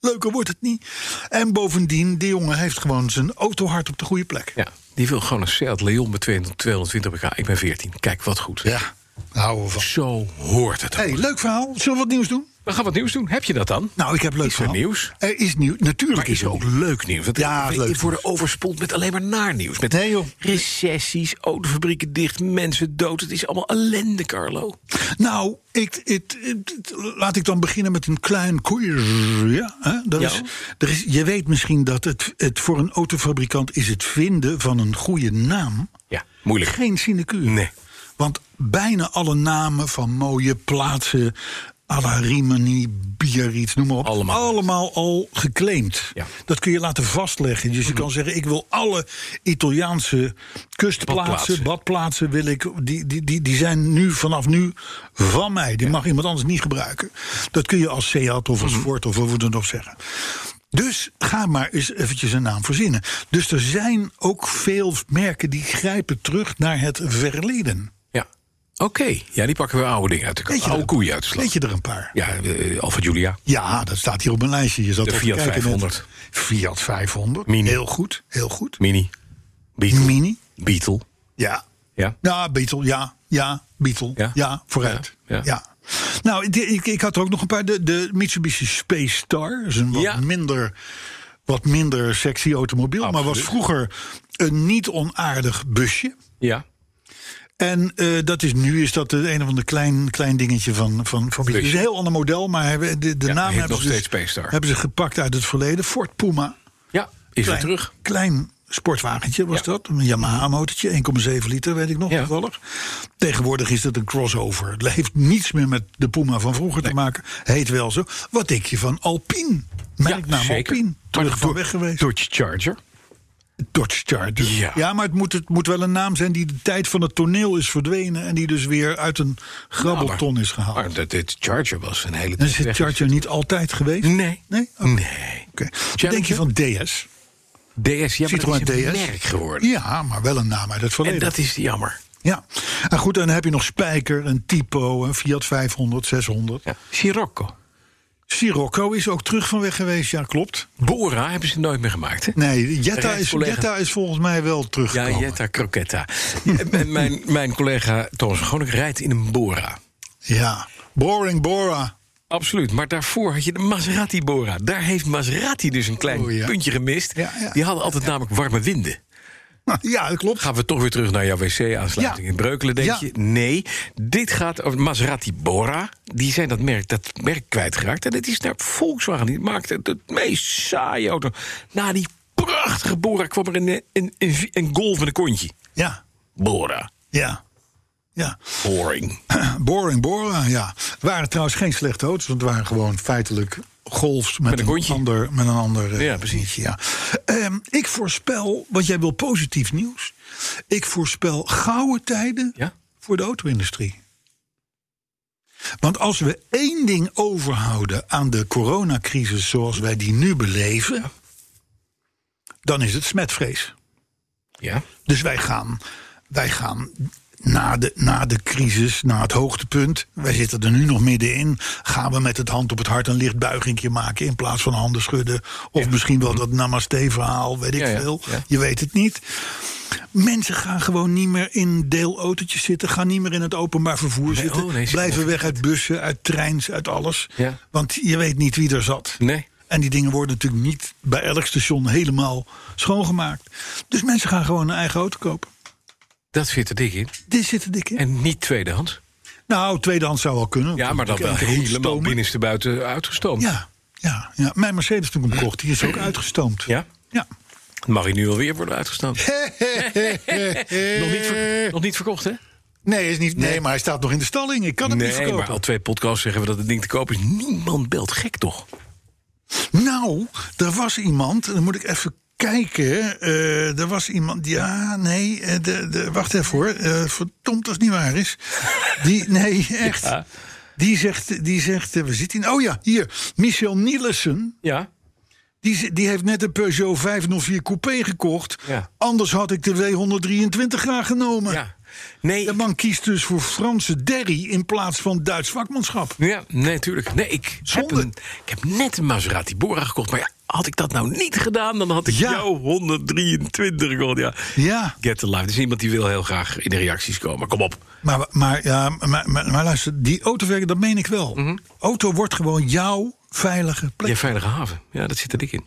[SPEAKER 2] Leuker wordt het niet. En bovendien, die jongen heeft gewoon zijn autohart op de goede plek.
[SPEAKER 3] Ja, die wil gewoon een Seat Leon met 220 pk. Ik ben 14. Kijk, wat goed.
[SPEAKER 2] Ja, daar houden we van.
[SPEAKER 3] Zo hoort het.
[SPEAKER 2] Hey, leuk verhaal. Zullen we wat nieuws doen?
[SPEAKER 3] We gaan wat nieuws doen. Heb je dat dan?
[SPEAKER 2] Nou, ik heb leuk
[SPEAKER 3] Is er
[SPEAKER 2] verhaal.
[SPEAKER 3] nieuws?
[SPEAKER 2] Er is nieuws. Natuurlijk
[SPEAKER 3] Maar is er
[SPEAKER 2] er
[SPEAKER 3] ook
[SPEAKER 2] nieuws.
[SPEAKER 3] leuk nieuws. Want
[SPEAKER 2] Ja,
[SPEAKER 3] we
[SPEAKER 2] leuk
[SPEAKER 3] we worden
[SPEAKER 2] nieuws.
[SPEAKER 3] overspoeld met alleen maar naar nieuws. Met
[SPEAKER 2] Nee, joh.
[SPEAKER 3] recessies, autofabrieken dicht, mensen dood. Het is allemaal ellende, Carlo.
[SPEAKER 2] Nou, ik, het- het- het- laat ik dan beginnen met een klein koeien. Ja, hè? Dat
[SPEAKER 3] Ja.
[SPEAKER 2] Is, er is, je weet misschien dat het, het voor een autofabrikant is het vinden van een goede naam
[SPEAKER 3] Ja, moeilijk.
[SPEAKER 2] geen sinecure.
[SPEAKER 3] Nee.
[SPEAKER 2] Want bijna alle namen van mooie plaatsen, à la Rimini, Biarritz, noem maar op.
[SPEAKER 3] Allemaal.
[SPEAKER 2] al geclaimd.
[SPEAKER 3] Ja. Mhm.
[SPEAKER 2] Dat kun je laten vastleggen. Dus je kan zeggen, ik wil alle Italiaanse kustplaatsen,
[SPEAKER 3] Badplaatsen.
[SPEAKER 2] badplaatsen, wil ik, die, die, die, die zijn nu vanaf nu van mij. Die mag iemand anders niet gebruiken. Dat kun je als Seat of als
[SPEAKER 3] Mhm.
[SPEAKER 2] Ford of hoe we dan ook zeggen. Dus ga maar eens eventjes een naam verzinnen. Dus er zijn ook veel merken die grijpen terug naar het verleden.
[SPEAKER 3] Ja. Oké. Ja, die pakken weer oude dingen uit de
[SPEAKER 2] Weet
[SPEAKER 3] kast.
[SPEAKER 2] je
[SPEAKER 3] Oude
[SPEAKER 2] er-
[SPEAKER 3] koeien uit de slag.
[SPEAKER 2] Weet je er een paar?
[SPEAKER 3] Ja, eh, Alfa Julia.
[SPEAKER 2] Ja, dat staat hier op mijn lijstje. Je zat
[SPEAKER 3] De
[SPEAKER 2] even
[SPEAKER 3] Fiat
[SPEAKER 2] kijken net.
[SPEAKER 3] 500.
[SPEAKER 2] Fiat 500.
[SPEAKER 3] Mini.
[SPEAKER 2] Heel goed, heel goed.
[SPEAKER 3] Mini. Beetle.
[SPEAKER 2] Mini.
[SPEAKER 3] Beetle.
[SPEAKER 2] Ja.
[SPEAKER 3] Ja.
[SPEAKER 2] Ja, Beetle, ja. Ja, Beetle.
[SPEAKER 3] Ja?
[SPEAKER 2] Ja, vooruit.
[SPEAKER 3] Ja,
[SPEAKER 2] Ja.
[SPEAKER 3] ja.
[SPEAKER 2] Nou, die- ik, ik had er ook nog een paar. De, de Mitsubishi Space Star is een wat,
[SPEAKER 3] Ja.
[SPEAKER 2] minder, wat minder sexy automobiel. Maar was
[SPEAKER 3] Absoluut.
[SPEAKER 2] vroeger een niet onaardig busje.
[SPEAKER 3] Ja.
[SPEAKER 2] En eh, dat is nu is dat de een of ander klein, klein dingetje van, van, van Het is een heel ander model, maar hebben- de, de
[SPEAKER 3] Ja,
[SPEAKER 2] naam
[SPEAKER 3] hij heet
[SPEAKER 2] hebben
[SPEAKER 3] nog
[SPEAKER 2] ze, dus-
[SPEAKER 3] steeds Space Star.
[SPEAKER 2] hebben ze gepakt uit het verleden. Ford Puma.
[SPEAKER 3] Ja. Is weer
[SPEAKER 2] Klein-
[SPEAKER 3] terug.
[SPEAKER 2] Klein sportwagentje was
[SPEAKER 3] Ja.
[SPEAKER 2] dat. Een Yamaha-motortje, 1,7 liter, weet ik nog
[SPEAKER 3] Ja.
[SPEAKER 2] toevallig. Tegenwoordig is dat een crossover. Het heeft niets meer met de Puma van vroeger te maken. Heet wel zo. Wat denk je van Alpine? Merknaam
[SPEAKER 3] zeker.
[SPEAKER 2] Alpine. Nou, Terug van
[SPEAKER 3] Dor-
[SPEAKER 2] weg geweest.
[SPEAKER 3] Dodge Charger.
[SPEAKER 2] Dodge Charger.
[SPEAKER 3] Ja.
[SPEAKER 2] Ja, maar het moet, het moet wel een naam zijn die de tijd van het toneel is verdwenen... en die dus weer uit een grabbelton is gehaald.
[SPEAKER 3] Nou, Maar dat dit Charger was een hele
[SPEAKER 2] En
[SPEAKER 3] tijd
[SPEAKER 2] is het
[SPEAKER 3] weg.
[SPEAKER 2] Charger niet altijd geweest?
[SPEAKER 3] Nee.
[SPEAKER 2] Nee? Oh. Oké.
[SPEAKER 3] Nee.
[SPEAKER 2] Oké. Wat denk je van DS?
[SPEAKER 3] DS, ja, maar
[SPEAKER 2] Citroën
[SPEAKER 3] dat is een
[SPEAKER 2] DS.
[SPEAKER 3] merk geworden.
[SPEAKER 2] Ja, maar wel een naam uit het
[SPEAKER 3] En
[SPEAKER 2] verleden.
[SPEAKER 3] dat is jammer.
[SPEAKER 2] Ja. En goed, en dan heb je nog Spijker, een Typo, een Fiat 500, 600.
[SPEAKER 3] Ja. Sirocco.
[SPEAKER 2] Sirocco is ook terug van weg geweest, ja, klopt.
[SPEAKER 3] Bora hebben ze nooit meer gemaakt, hè?
[SPEAKER 2] Nee, Jetta is,
[SPEAKER 3] Rechtscollega.
[SPEAKER 2] Jetta is volgens mij wel
[SPEAKER 3] Ja,
[SPEAKER 2] teruggekomen.
[SPEAKER 3] Jetta Croquetta. M- m- mijn, mijn collega Thomas Groningen rijdt in een Bora.
[SPEAKER 2] Ja. Boring Bora.
[SPEAKER 3] Absoluut, maar daarvoor had je de Maserati Bora. Daar heeft Maserati dus een klein
[SPEAKER 2] Oh, ja.
[SPEAKER 3] puntje gemist.
[SPEAKER 2] Ja, ja.
[SPEAKER 3] Die hadden altijd namelijk warme winden.
[SPEAKER 2] Ja, dat klopt.
[SPEAKER 3] Gaan we toch weer terug naar jouw wc-aansluiting
[SPEAKER 2] Ja.
[SPEAKER 3] in Breukelen, denk
[SPEAKER 2] Ja.
[SPEAKER 3] je? Nee, dit gaat over Maserati Bora. Die zijn dat merk, dat merk kwijtgeraakt. En dat is naar Volkswagen. Die maakte het, het meest saaie auto. Na die prachtige Bora kwam er een, een, een, een golf met een kontje.
[SPEAKER 2] Ja,
[SPEAKER 3] Bora.
[SPEAKER 2] ja. Ja,
[SPEAKER 3] Boring.
[SPEAKER 2] boring Bora, ja. Het waren trouwens geen slechte auto's, want het waren gewoon feitelijk golfs met,
[SPEAKER 3] Met een
[SPEAKER 2] een,
[SPEAKER 3] kontje.
[SPEAKER 2] ander, met een ander eh,
[SPEAKER 3] Ja, precies.
[SPEAKER 2] dingetje, ja. Ehm, ik voorspel, want jij wil positief nieuws. Ik voorspel gouden tijden
[SPEAKER 3] Ja.
[SPEAKER 2] voor de auto-industrie. Want als we één ding overhouden aan de coronacrisis zoals wij die nu beleven, dan is het smetvrees.
[SPEAKER 3] Ja.
[SPEAKER 2] Dus wij gaan, wij gaan na, de, na de crisis, na het hoogtepunt, wij zitten er nu nog middenin, gaan we met het hand op het hart een licht buigingje maken in plaats van handen schudden. Of misschien wel dat namaste-verhaal, weet ik
[SPEAKER 3] Mhm. Ja, ja,
[SPEAKER 2] veel.
[SPEAKER 3] ja.
[SPEAKER 2] Je weet het niet. Mensen gaan gewoon niet meer in deelautootjes zitten, gaan niet meer in het openbaar vervoer zitten,
[SPEAKER 3] oh, nee, zeker
[SPEAKER 2] blijven weg uit bussen, uit treins, uit alles.
[SPEAKER 3] Ja.
[SPEAKER 2] Want je weet niet wie er zat.
[SPEAKER 3] Nee.
[SPEAKER 2] En die dingen worden natuurlijk niet bij elk station helemaal schoongemaakt. Dus mensen gaan gewoon een eigen auto kopen.
[SPEAKER 3] Dat zit er dik in.
[SPEAKER 2] Dit zit er dik in.
[SPEAKER 3] En niet tweedehands.
[SPEAKER 2] Nou, tweedehands zou wel kunnen.
[SPEAKER 3] Ja, maar dan wel
[SPEAKER 2] Natuurlijk één keer
[SPEAKER 3] helemaal
[SPEAKER 2] rondstomen.
[SPEAKER 3] binnenste buiten uitgestoomd.
[SPEAKER 2] Ja, ja, ja. Mijn Mercedes toen ik hem kocht, die is ook uitgestoomd.
[SPEAKER 3] Ja?
[SPEAKER 2] ja.
[SPEAKER 3] Mag hij nu alweer worden uitgestoomd? nog, niet ver- nog niet verkocht, hè?
[SPEAKER 2] Nee, is niet, nee, maar hij staat nog in de stalling. Ik kan hem niet
[SPEAKER 3] Nee,
[SPEAKER 2] verkopen.
[SPEAKER 3] maar al twee podcasts zeggen we dat het ding te koop is. Niemand belt gek, toch?
[SPEAKER 2] Nou, er was iemand, dan moet ik even kijken. eh, er was iemand, ja, nee, eh, de, de, wacht even hoor. eh, verdomd als het niet waar is. Die, nee, echt. Die zegt, die zegt eh, we zitten in. Oh ja, hier. Michel Nielsen.
[SPEAKER 3] Ja.
[SPEAKER 2] Die, z- die heeft net een Peugeot 504 Coupé gekocht.
[SPEAKER 3] Ja.
[SPEAKER 2] Anders had ik de W123 graag genomen.
[SPEAKER 3] Ja. Nee,
[SPEAKER 2] De man kiest dus voor Franse derry in plaats van Duits vakmanschap.
[SPEAKER 3] Ja, nee, tuurlijk. Nee, ik, heb
[SPEAKER 2] Zonde.
[SPEAKER 3] een- ik heb net een Maserati Bora gekocht. Maar ja, had ik dat nou niet gedaan, dan had ik
[SPEAKER 2] Ja.
[SPEAKER 3] jou 123 gekocht. Ja.
[SPEAKER 2] Ja.
[SPEAKER 3] Get the life. Er is iemand die wil heel graag in de reacties komen. Kom op.
[SPEAKER 2] Maar, maar, ja, maar, maar, maar luister, die autowerken, dat meen ik wel. Auto wordt gewoon jouw veilige plek.
[SPEAKER 3] Je veilige haven. Mhm. Ja, dat zit er dik in.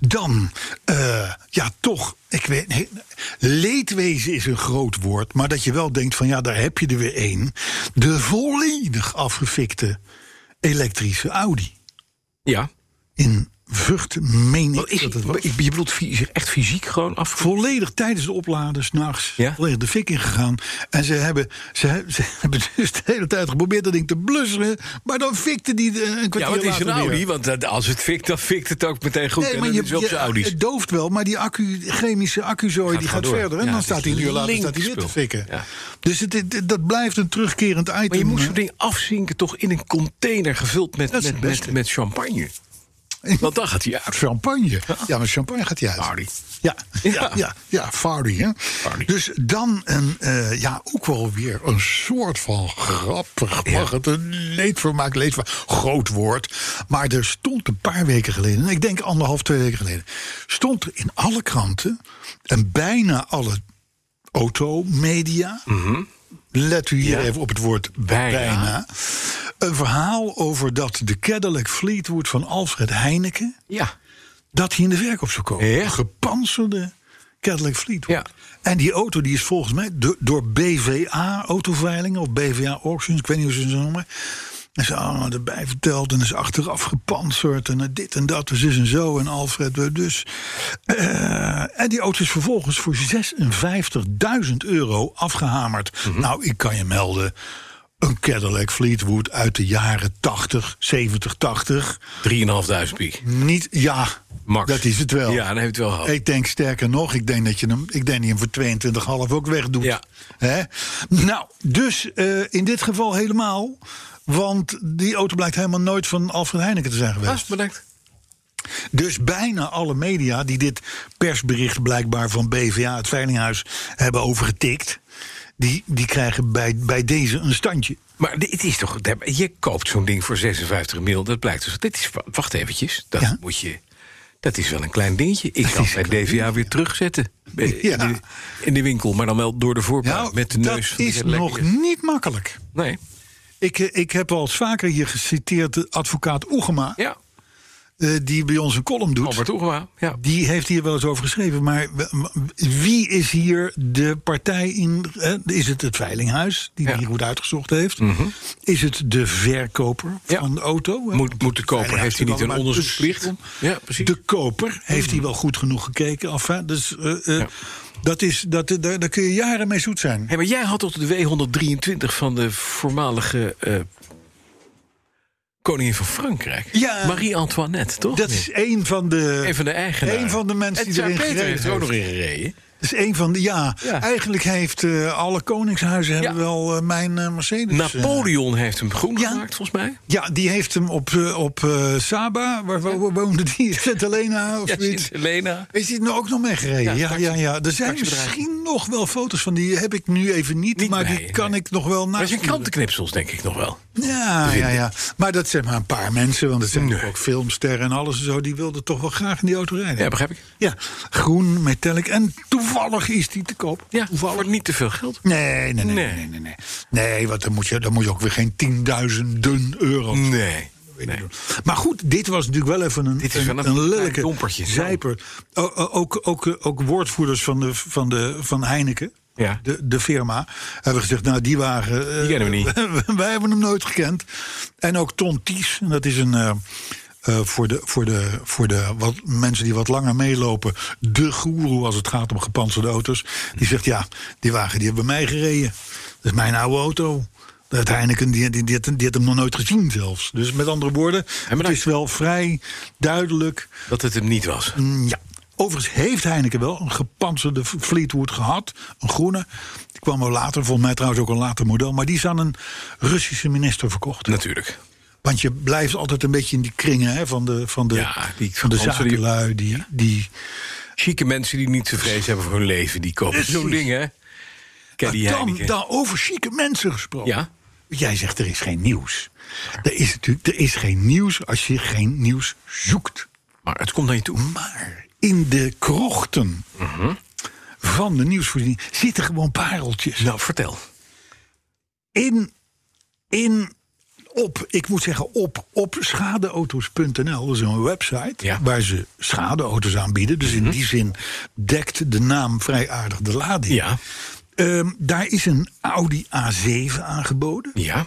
[SPEAKER 2] Dan, eh, ja, toch. Ik weet, nee, leedwezen is een groot woord. Maar dat je wel denkt: van ja, daar heb je er weer één. De volledig afgefikte elektrische Audi.
[SPEAKER 3] Ja.
[SPEAKER 2] In Vught, meen
[SPEAKER 3] Wat
[SPEAKER 2] ik
[SPEAKER 3] is
[SPEAKER 2] dat het was.
[SPEAKER 3] het? Je bedoelt fy- echt fysiek gewoon af?
[SPEAKER 2] volledig tijdens het opladen, s'nachts,
[SPEAKER 3] Ja?
[SPEAKER 2] volledig de fik ingegaan. En ze hebben, ze, he- ze hebben dus de hele tijd geprobeerd dat ding te blussen. Maar dan fikte die eh, een
[SPEAKER 3] Ja,
[SPEAKER 2] kwartier
[SPEAKER 3] maar het is
[SPEAKER 2] later
[SPEAKER 3] een
[SPEAKER 2] weer.
[SPEAKER 3] Audi, want eh, als het fikt, dan fikt het ook meteen goed.
[SPEAKER 2] Nee,
[SPEAKER 3] en
[SPEAKER 2] maar
[SPEAKER 3] dan
[SPEAKER 2] je,
[SPEAKER 3] is het wel op
[SPEAKER 2] je-
[SPEAKER 3] zijn Audi's.
[SPEAKER 2] het dooft wel, maar die accu, chemische accuzooi
[SPEAKER 3] Gaat
[SPEAKER 2] die
[SPEAKER 3] gewoon
[SPEAKER 2] gaat
[SPEAKER 3] door.
[SPEAKER 2] verder. En
[SPEAKER 3] Ja,
[SPEAKER 2] dan
[SPEAKER 3] het
[SPEAKER 2] staat
[SPEAKER 3] is
[SPEAKER 2] hij een uur later
[SPEAKER 3] link
[SPEAKER 2] staat hij weer te
[SPEAKER 3] spul.
[SPEAKER 2] fikken.
[SPEAKER 3] Ja.
[SPEAKER 2] Dus het, het- dat blijft een terugkerend item. eh,
[SPEAKER 3] Maar je moet zo'n ding afzinken toch in een container gevuld met,
[SPEAKER 2] Dat is
[SPEAKER 3] met,
[SPEAKER 2] het
[SPEAKER 3] met,
[SPEAKER 2] beste.
[SPEAKER 3] met champagne. Want dan gaat hij uit.
[SPEAKER 2] Champagne. Ja, maar champagne gaat hij uit.
[SPEAKER 3] Audi.
[SPEAKER 2] Ja,
[SPEAKER 3] Ja.
[SPEAKER 2] ja, ja, ja Fardy, hè?
[SPEAKER 3] Fardy.
[SPEAKER 2] Dus dan een, eh, ja, ook wel weer een soort van grappig, mag het een leedvermaak, leedvermaak, groot woord. Maar er stond een paar weken geleden, ik denk anderhalf, twee weken geleden, stond er in alle kranten en bijna alle automedia, let u hier even op het woord
[SPEAKER 3] Bijna.
[SPEAKER 2] bijna. een verhaal over dat de Cadillac Fleetwood van Alfred Heineken
[SPEAKER 3] Ja.
[SPEAKER 2] dat hij in de verkoop zou komen.
[SPEAKER 3] Ja.
[SPEAKER 2] Een gepantserde Cadillac Fleetwood.
[SPEAKER 3] Ja.
[SPEAKER 2] En die auto die is volgens mij do- door BVA autoveilingen of BVA auctions, ik weet niet hoe ze ze noemen. En ze allemaal erbij verteld en is achteraf gepantserd en dit en dat, dus is en zo en Alfred eh, dus. Eh, en die auto is vervolgens voor 56.000 euro afgehamerd.
[SPEAKER 3] Mhm.
[SPEAKER 2] Nou, ik kan je melden, een Cadillac Fleetwood uit de jaren 80, 70, 80.
[SPEAKER 3] 3.500 piek.
[SPEAKER 2] Niet, ja,
[SPEAKER 3] Max.
[SPEAKER 2] dat is het wel.
[SPEAKER 3] Ja, dan heeft het wel gehad.
[SPEAKER 2] Ik denk sterker nog, ik denk dat je hem, ik denk dat je hem voor 22,5 ook wegdoet.
[SPEAKER 3] Ja.
[SPEAKER 2] Hè? Nou, dus eh, in dit geval helemaal. Want die auto blijkt helemaal nooit van Alfred Heineken te zijn geweest.
[SPEAKER 3] Ah, bedankt.
[SPEAKER 2] Dus bijna alle media die dit persbericht blijkbaar van BVA, het Veilinghuis, hebben overgetikt. Die, die krijgen bij, bij deze een standje.
[SPEAKER 3] Maar dit is toch. Je koopt zo'n ding voor 56 mil. Dat blijkt dus. Dit is, wacht eventjes. Dat
[SPEAKER 2] Ja.
[SPEAKER 3] moet je. Dat is wel een klein dingetje. Ik kan het bij DVA weer terugzetten. Eh,
[SPEAKER 2] Ja. Nou,
[SPEAKER 3] In, de, in de winkel, maar dan wel door de voorpaar. met de neus.
[SPEAKER 2] dat
[SPEAKER 3] van de
[SPEAKER 2] is
[SPEAKER 3] lekker-
[SPEAKER 2] nog niet makkelijk.
[SPEAKER 3] Nee.
[SPEAKER 2] Ik, eh, ik heb al eens vaker hier geciteerd de advocaat Oegema.
[SPEAKER 3] Ja.
[SPEAKER 2] eh, die bij ons een column doet.
[SPEAKER 3] Albert Oegema. Ja.
[SPEAKER 2] Die heeft hier wel eens over geschreven. Maar w- w- wie is hier de partij in? eh, Is het het Veilinghuis, die
[SPEAKER 3] Ja. Mhm.
[SPEAKER 2] die goed uitgezocht heeft? Is het de verkoper
[SPEAKER 3] Ja.
[SPEAKER 2] van de auto? hè?
[SPEAKER 3] Moet, moet de koper.
[SPEAKER 2] Veilinghuis
[SPEAKER 3] Heeft hij niet een
[SPEAKER 2] natuurlijk allemaal
[SPEAKER 3] onderzoeksplicht?
[SPEAKER 2] tussen-
[SPEAKER 3] Ja, precies.
[SPEAKER 2] De koper, heeft hij wel goed genoeg gekeken? Enfin, dus, eh, eh,
[SPEAKER 3] Ja.
[SPEAKER 2] dat is, dat, eh, daar, daar kun je jaren mee zoet zijn.
[SPEAKER 3] Hey, maar jij had toch de W123 van de voormalige. eh, koningin van Frankrijk.
[SPEAKER 2] Ja.
[SPEAKER 3] Marie-Antoinette, toch?
[SPEAKER 2] Dat is een van de.
[SPEAKER 3] een van de eigenaren.
[SPEAKER 2] Een van de mensen
[SPEAKER 3] en
[SPEAKER 2] die erin
[SPEAKER 3] Tsar Peter
[SPEAKER 2] gereden
[SPEAKER 3] heeft er ook nog
[SPEAKER 2] heeft.
[SPEAKER 3] in gereden.
[SPEAKER 2] Dat is een van de. Ja,
[SPEAKER 3] Ja.
[SPEAKER 2] eigenlijk heeft eh, alle koningshuizen hebben
[SPEAKER 3] Ja.
[SPEAKER 2] wel eh, mijn eh, Mercedes. eh,
[SPEAKER 3] Dus, Napoleon heeft hem groen
[SPEAKER 2] Ja.
[SPEAKER 3] gemaakt, volgens mij.
[SPEAKER 2] ja, die heeft hem op, eh, op eh, Saba. Waar, waar waar woonde die? Sint Helena of
[SPEAKER 3] Ja,
[SPEAKER 2] zoiets.
[SPEAKER 3] Elena.
[SPEAKER 2] Is die nou ook nog meegereden?
[SPEAKER 3] Ja,
[SPEAKER 2] Ja, ja,
[SPEAKER 3] taxi-
[SPEAKER 2] ja, Er zijn
[SPEAKER 3] taxibedrijf.
[SPEAKER 2] misschien nog wel foto's van. Die heb ik nu even niet,
[SPEAKER 3] Niet
[SPEAKER 2] maar
[SPEAKER 3] bij,
[SPEAKER 2] die kan
[SPEAKER 3] nee.
[SPEAKER 2] ik nog wel
[SPEAKER 3] Dat
[SPEAKER 2] naast.
[SPEAKER 3] zijn krantenknipsels, denk ik nog wel.
[SPEAKER 2] Ja, ja, ja. Maar dat zijn maar een paar mensen. Want het zijn ook filmsterren en alles en zo. Die wilden toch wel graag in die auto rijden.
[SPEAKER 3] Ja, begrijp ik.
[SPEAKER 2] Ja, groen, metallic. En toevallig is die te koop.
[SPEAKER 3] Ja, voor niet te veel geld.
[SPEAKER 2] Nee, nee, nee,
[SPEAKER 3] Nee.
[SPEAKER 2] nee, nee, nee. Nee, nee want dan moet, je, dan moet je ook weer geen tienduizenden euro's.
[SPEAKER 3] Nee.
[SPEAKER 2] doen. Maar goed, dit was natuurlijk wel even een,
[SPEAKER 3] Dit is
[SPEAKER 2] een,
[SPEAKER 3] wel een
[SPEAKER 2] een
[SPEAKER 3] klein
[SPEAKER 2] lelijke
[SPEAKER 3] dompertje.
[SPEAKER 2] zijper. O- o- ook, ook, ook woordvoerders van, de, van, de, van Heineken,
[SPEAKER 3] Ja.
[SPEAKER 2] de, de firma, hebben gezegd: Nou, die wagen. eh,
[SPEAKER 3] Die kennen we niet.
[SPEAKER 2] wij hebben hem nooit gekend. En ook Ton Ties, en dat is een. eh, eh, voor de, voor de, voor de wat, mensen die wat langer meelopen, de goeroe als het gaat om gepantserde auto's. Die zegt: Ja, die wagen die hebben mij gereden. Dat is mijn oude auto. Dat Heineken, die, die, die, had- die had hem nog nooit gezien zelfs. Dus met andere woorden, het
[SPEAKER 3] bedankt.
[SPEAKER 2] is wel vrij duidelijk.
[SPEAKER 3] Dat het hem niet was.
[SPEAKER 2] Mm, Ja. Overigens heeft Heineken wel een gepantserde Fleetwood gehad. Een groene. Die kwam wel later, volgens mij trouwens ook een later model. Maar die is aan een Russische minister verkocht.
[SPEAKER 3] Natuurlijk.
[SPEAKER 2] Want je blijft altijd een beetje in die kringen hè, van de, van de,
[SPEAKER 3] Ja, die
[SPEAKER 2] van de
[SPEAKER 3] ganzen die-
[SPEAKER 2] zakenlui. Die, die,
[SPEAKER 3] Chique mensen die niet te vrees hebben voor hun leven, die kopen
[SPEAKER 2] Precies.
[SPEAKER 3] zo'n ding, hè? Ken die
[SPEAKER 2] Maar dan,
[SPEAKER 3] Heineken.
[SPEAKER 2] dan over chique mensen gesproken.
[SPEAKER 3] Ja.
[SPEAKER 2] Jij zegt er is geen nieuws. Er is natuurlijk er is geen nieuws als je geen nieuws zoekt.
[SPEAKER 3] Maar het komt naar je toe.
[SPEAKER 2] Maar in de krochten van de nieuwsvoorziening zitten gewoon pareltjes.
[SPEAKER 3] Nou, vertel.
[SPEAKER 2] in, in op, ik moet zeggen op, op schadeauto's.nl. Dat is een website
[SPEAKER 3] Ja. Mhm.
[SPEAKER 2] waar ze schadeauto's aanbieden. Dus in die zin dekt de naam vrij aardig de lading.
[SPEAKER 3] Ja.
[SPEAKER 2] Ehm, daar is een Audi A7 aangeboden
[SPEAKER 3] Ja.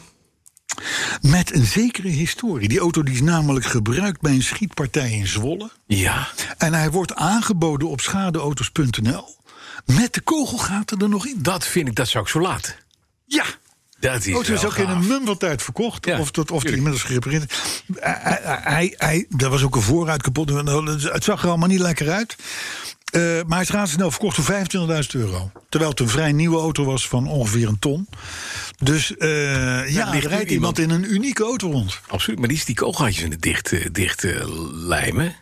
[SPEAKER 2] met een zekere historie. Die auto die is namelijk gebruikt bij een schietpartij in Zwolle.
[SPEAKER 3] Ja.
[SPEAKER 2] En hij wordt aangeboden op schadeauto's.nl met de kogelgaten er nog in.
[SPEAKER 3] Dat vind ik, dat zou ik zo laten.
[SPEAKER 2] Ja,
[SPEAKER 3] Dat is
[SPEAKER 2] Oh, het is
[SPEAKER 3] wel
[SPEAKER 2] ook in
[SPEAKER 3] gaaf.
[SPEAKER 2] een mum van tijd verkocht.
[SPEAKER 3] Ja,
[SPEAKER 2] of dat, of die
[SPEAKER 3] tuurlijk.
[SPEAKER 2] inmiddels gerepareerd is. Hij, hij- hij, hij, daar was ook een voorruit kapot. Het zag er allemaal niet lekker uit. Eh, maar hij is razendsnel verkocht voor 25.000 euro. Terwijl het een vrij nieuwe auto was van ongeveer een ton. Dus eh, ja,
[SPEAKER 3] ligt
[SPEAKER 2] er
[SPEAKER 3] nu
[SPEAKER 2] rijdt iemand in een unieke auto rond.
[SPEAKER 3] Absoluut, maar die is die kogelgaatjes in het dicht, eh, dicht eh, lijmen.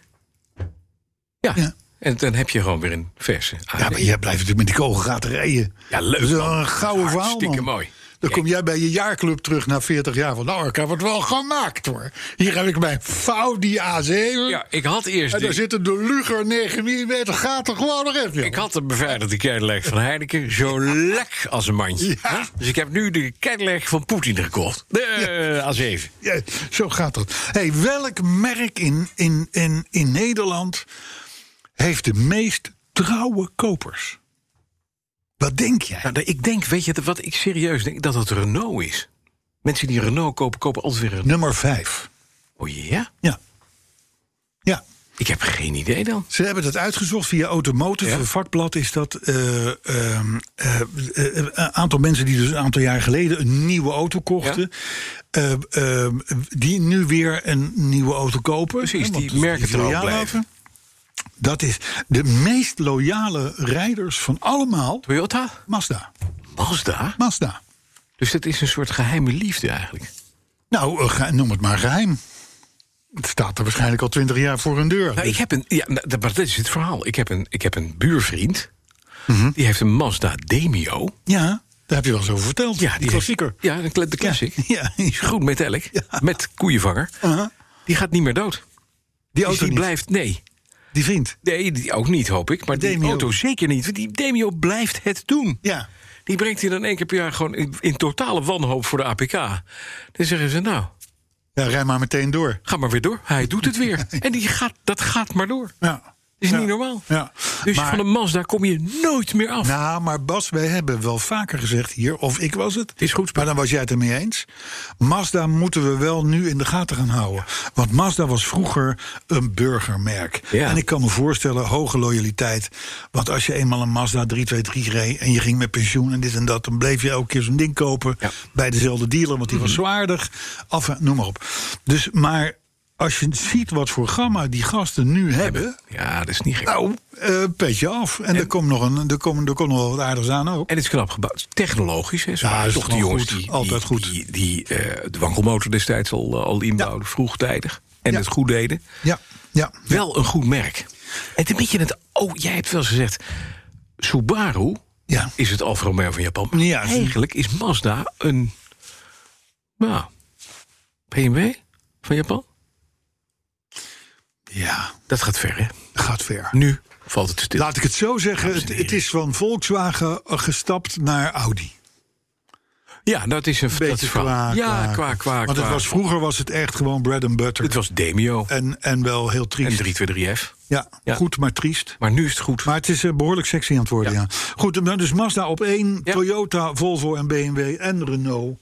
[SPEAKER 3] Ja.
[SPEAKER 2] Ja.
[SPEAKER 3] En dan heb je gewoon weer een verse.
[SPEAKER 2] Ja, maar jij blijft natuurlijk met die kogelgaten rijden.
[SPEAKER 3] Ja, leuk,
[SPEAKER 2] Dat is
[SPEAKER 3] man.
[SPEAKER 2] wel een gouden verhaal,
[SPEAKER 3] Hartstikke
[SPEAKER 2] man.
[SPEAKER 3] mooi.
[SPEAKER 2] Dan
[SPEAKER 3] Ja.
[SPEAKER 2] kom jij bij je jaarclub terug na 40 jaar. Van, nou, ik heb het wel gemaakt hoor. Hier heb ik mijn Faudi A7.
[SPEAKER 3] Ja, ik had eerst.
[SPEAKER 2] En daar
[SPEAKER 3] die-
[SPEAKER 2] zitten de Luger 9 mm gaten gewoon nog in. joh.
[SPEAKER 3] Ik had een beveiligde Cadillac van Heineken. Zo lek als een mandje.
[SPEAKER 2] Ja.
[SPEAKER 3] Hè? Dus ik heb nu de Cadillac van Poetin gekocht. De A7.
[SPEAKER 2] Ja, zo gaat dat. Hey, welk merk in, in, in, in Nederland heeft de meest trouwe kopers? Wat denk jij?
[SPEAKER 3] Nou, ik denk, weet je wat ik serieus denk? Dat het Renault is. Mensen die Renault kopen, kopen altijd weer Renault.
[SPEAKER 2] Nummer 5.
[SPEAKER 3] Oh ja?
[SPEAKER 2] Ja. Ja,
[SPEAKER 3] Ik heb geen idee dan.
[SPEAKER 2] Ze hebben dat uitgezocht via Automotive.
[SPEAKER 3] Ja.
[SPEAKER 2] Een vakblad is dat. eh, ehm, eh, eh, een aantal mensen die dus een aantal jaar geleden een nieuwe auto kochten. eh, ehm, die nu weer een nieuwe auto kopen.
[SPEAKER 3] Precies,
[SPEAKER 2] hè, want
[SPEAKER 3] die
[SPEAKER 2] dat is
[SPEAKER 3] merken trouw
[SPEAKER 2] loyaal
[SPEAKER 3] blijven.
[SPEAKER 2] auto. Dat is de meest loyale rijders van allemaal.
[SPEAKER 3] Toyota?
[SPEAKER 2] Mazda.
[SPEAKER 3] Mazda?
[SPEAKER 2] Mazda.
[SPEAKER 3] Dus dat is een soort geheime liefde eigenlijk.
[SPEAKER 2] Nou, eh, ge- noem het maar geheim. Het staat er waarschijnlijk al twintig jaar voor hun deur.
[SPEAKER 3] Nou, ik heb een. Ja, nou, dat- maar dat is het verhaal. Ik heb een, ik heb een buurvriend. Die heeft een Mazda Demio.
[SPEAKER 2] Ja, daar heb je wel eens over verteld.
[SPEAKER 3] Ja, die
[SPEAKER 2] klassieker.
[SPEAKER 3] Heeft, ja, de, kle- de classic.
[SPEAKER 2] Ja, ja.
[SPEAKER 3] Groen metallic. Met koeienvanger.
[SPEAKER 2] Uh-huh.
[SPEAKER 3] Die gaat niet meer dood.
[SPEAKER 2] Die
[SPEAKER 3] Dus
[SPEAKER 2] auto
[SPEAKER 3] die
[SPEAKER 2] niet.
[SPEAKER 3] blijft. Nee.
[SPEAKER 2] Die vriend.
[SPEAKER 3] Nee, die ook niet, hoop ik. Maar die
[SPEAKER 2] Demio.
[SPEAKER 3] auto zeker niet. want Die Demio blijft het doen.
[SPEAKER 2] Ja.
[SPEAKER 3] Die brengt hij dan één keer per jaar gewoon in, in totale wanhoop voor de APK. Dan zeggen ze, nou,
[SPEAKER 2] Ja, rij maar meteen door.
[SPEAKER 3] ga maar weer door. Hij doet het weer. En die gaat, dat gaat maar door.
[SPEAKER 2] Ja.
[SPEAKER 3] is niet normaal.
[SPEAKER 2] Ja.
[SPEAKER 3] Dus
[SPEAKER 2] Maar-
[SPEAKER 3] van een Mazda kom je nooit meer af.
[SPEAKER 2] Nou, maar Bas, wij hebben wel vaker gezegd hier, of ik was het.
[SPEAKER 3] is goed spul.
[SPEAKER 2] Maar dan was jij het ermee eens. Mazda moeten we wel nu in de gaten gaan houden. Want Mazda was vroeger een burgermerk.
[SPEAKER 3] Ja.
[SPEAKER 2] En ik kan me voorstellen, hoge loyaliteit. Want als je eenmaal een Mazda 323 reed en je ging met pensioen en dit en dat, dan bleef je elke keer zo'n ding kopen.
[SPEAKER 3] Ja. Mhm.
[SPEAKER 2] Bij dezelfde dealer, want die was zwaardig. Af, en- noem maar op. Dus, maar als je ziet wat voor gamma die gasten nu hebben.
[SPEAKER 3] Ja, dat is niet gek.
[SPEAKER 2] Nou, eh petje af. En, er komt nog, een, er komt, er komt nog wel wat aardigs aan ook.
[SPEAKER 3] En het is knap gebouwd. Technologisch, hè. Ze
[SPEAKER 2] Ja,
[SPEAKER 3] waren
[SPEAKER 2] is
[SPEAKER 3] toch de
[SPEAKER 2] gewoon
[SPEAKER 3] jongens
[SPEAKER 2] goed.
[SPEAKER 3] die,
[SPEAKER 2] Altijd
[SPEAKER 3] die,
[SPEAKER 2] goed.
[SPEAKER 3] die, die, eh, de wankelmotor destijds al, eh, al inbouwden, vroegtijdig. En
[SPEAKER 2] Ja.
[SPEAKER 3] het goed deden.
[SPEAKER 2] Ja, ja.
[SPEAKER 3] Wel een goed merk. Het is een beetje het... Oh, jij hebt wel eens gezegd... Subaru
[SPEAKER 2] Ja.
[SPEAKER 3] is het Alfa Romeo van Japan. Maar
[SPEAKER 2] Ja, is-
[SPEAKER 3] Eigenlijk is Mazda een... Nou, BMW van Japan?
[SPEAKER 2] ja,
[SPEAKER 3] Dat gaat ver, hè?
[SPEAKER 2] dat gaat ver.
[SPEAKER 3] Nu valt het stil.
[SPEAKER 2] Laat ik het zo zeggen, het,
[SPEAKER 3] en
[SPEAKER 2] het is van Volkswagen eh, gestapt naar Audi.
[SPEAKER 3] ja, dat is een
[SPEAKER 2] Beetje
[SPEAKER 3] dat is
[SPEAKER 2] qua,
[SPEAKER 3] waar. Ja, qua, qua,
[SPEAKER 2] Want het
[SPEAKER 3] qua-
[SPEAKER 2] was, vroeger was het echt gewoon bread and butter.
[SPEAKER 3] het was Demio
[SPEAKER 2] en, en wel heel
[SPEAKER 3] en
[SPEAKER 2] triest.
[SPEAKER 3] 323F.
[SPEAKER 2] ja,
[SPEAKER 3] Ja.
[SPEAKER 2] goed, maar triest.
[SPEAKER 3] Maar nu is het goed.
[SPEAKER 2] Maar het is eh, behoorlijk sexy aan het worden, ja. Goed, nou, dus Mazda op één,
[SPEAKER 3] Ja.
[SPEAKER 2] Toyota, Volvo en BMW en Renault.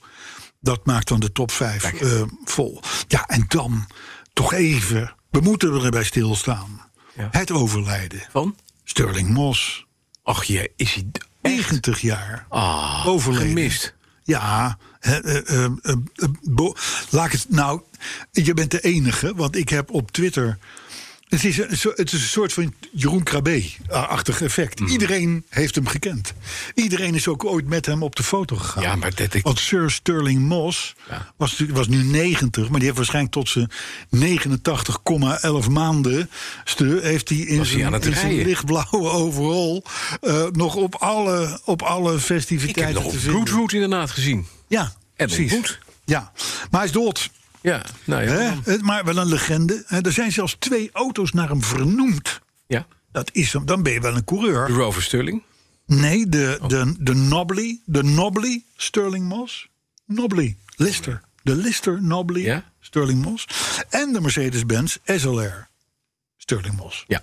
[SPEAKER 2] Dat maakt dan de top vijf eh, vol. Ja, en dan toch even, we moeten erbij stilstaan.
[SPEAKER 3] Ja.
[SPEAKER 2] Het overlijden.
[SPEAKER 3] Van?
[SPEAKER 2] Sterling Moss,
[SPEAKER 3] Ach je, is hij...
[SPEAKER 2] 90 jaar,
[SPEAKER 3] Ah,
[SPEAKER 2] overleden.
[SPEAKER 3] gemist.
[SPEAKER 2] Ja, hè, eh, eh, eh, eh, bo- laat ik het nou. Je bent de enige, want ik heb op Twitter. Het is een, zo- het is een soort van Jeroen Krabbe-achtig effect.
[SPEAKER 3] Hmm.
[SPEAKER 2] Iedereen heeft hem gekend. Iedereen is ook ooit met hem op de foto gegaan.
[SPEAKER 3] Ja, maar dat- ik-
[SPEAKER 2] Want Sir Sterling Moss was, natuurlijk- was nu 90, maar die heeft waarschijnlijk tot zijn 89,11 maanden. stu- heeft hij in
[SPEAKER 3] Was hij
[SPEAKER 2] zijn,
[SPEAKER 3] aan het
[SPEAKER 2] in zijn
[SPEAKER 3] rijden?
[SPEAKER 2] lichtblauwe overal eh, nog op alle, op alle
[SPEAKER 3] Ik heb
[SPEAKER 2] festiviteiten
[SPEAKER 3] nog
[SPEAKER 2] te
[SPEAKER 3] op
[SPEAKER 2] vinden.
[SPEAKER 3] Root inderdaad gezien.
[SPEAKER 2] Ja,
[SPEAKER 3] En
[SPEAKER 2] precies.
[SPEAKER 3] ontmoet.
[SPEAKER 2] Ja, maar hij is dood.
[SPEAKER 3] Ja, nou ja.
[SPEAKER 2] Hè? Het- Maar wel een legende. Hè, Er zijn zelfs twee auto's naar hem vernoemd.
[SPEAKER 3] Ja,
[SPEAKER 2] Dat is hem, dan ben je wel een
[SPEAKER 3] de
[SPEAKER 2] coureur.
[SPEAKER 3] Rover Sterling.
[SPEAKER 2] Nee, de,
[SPEAKER 3] Oh.
[SPEAKER 2] de, de Nobly, de Nobly Sterling Moss. Nobly, Lister. De Lister Nobly
[SPEAKER 3] Ja.
[SPEAKER 2] Sterling Moss. En de Mercedes-Benz SLR Sterling Moss.
[SPEAKER 3] Ja,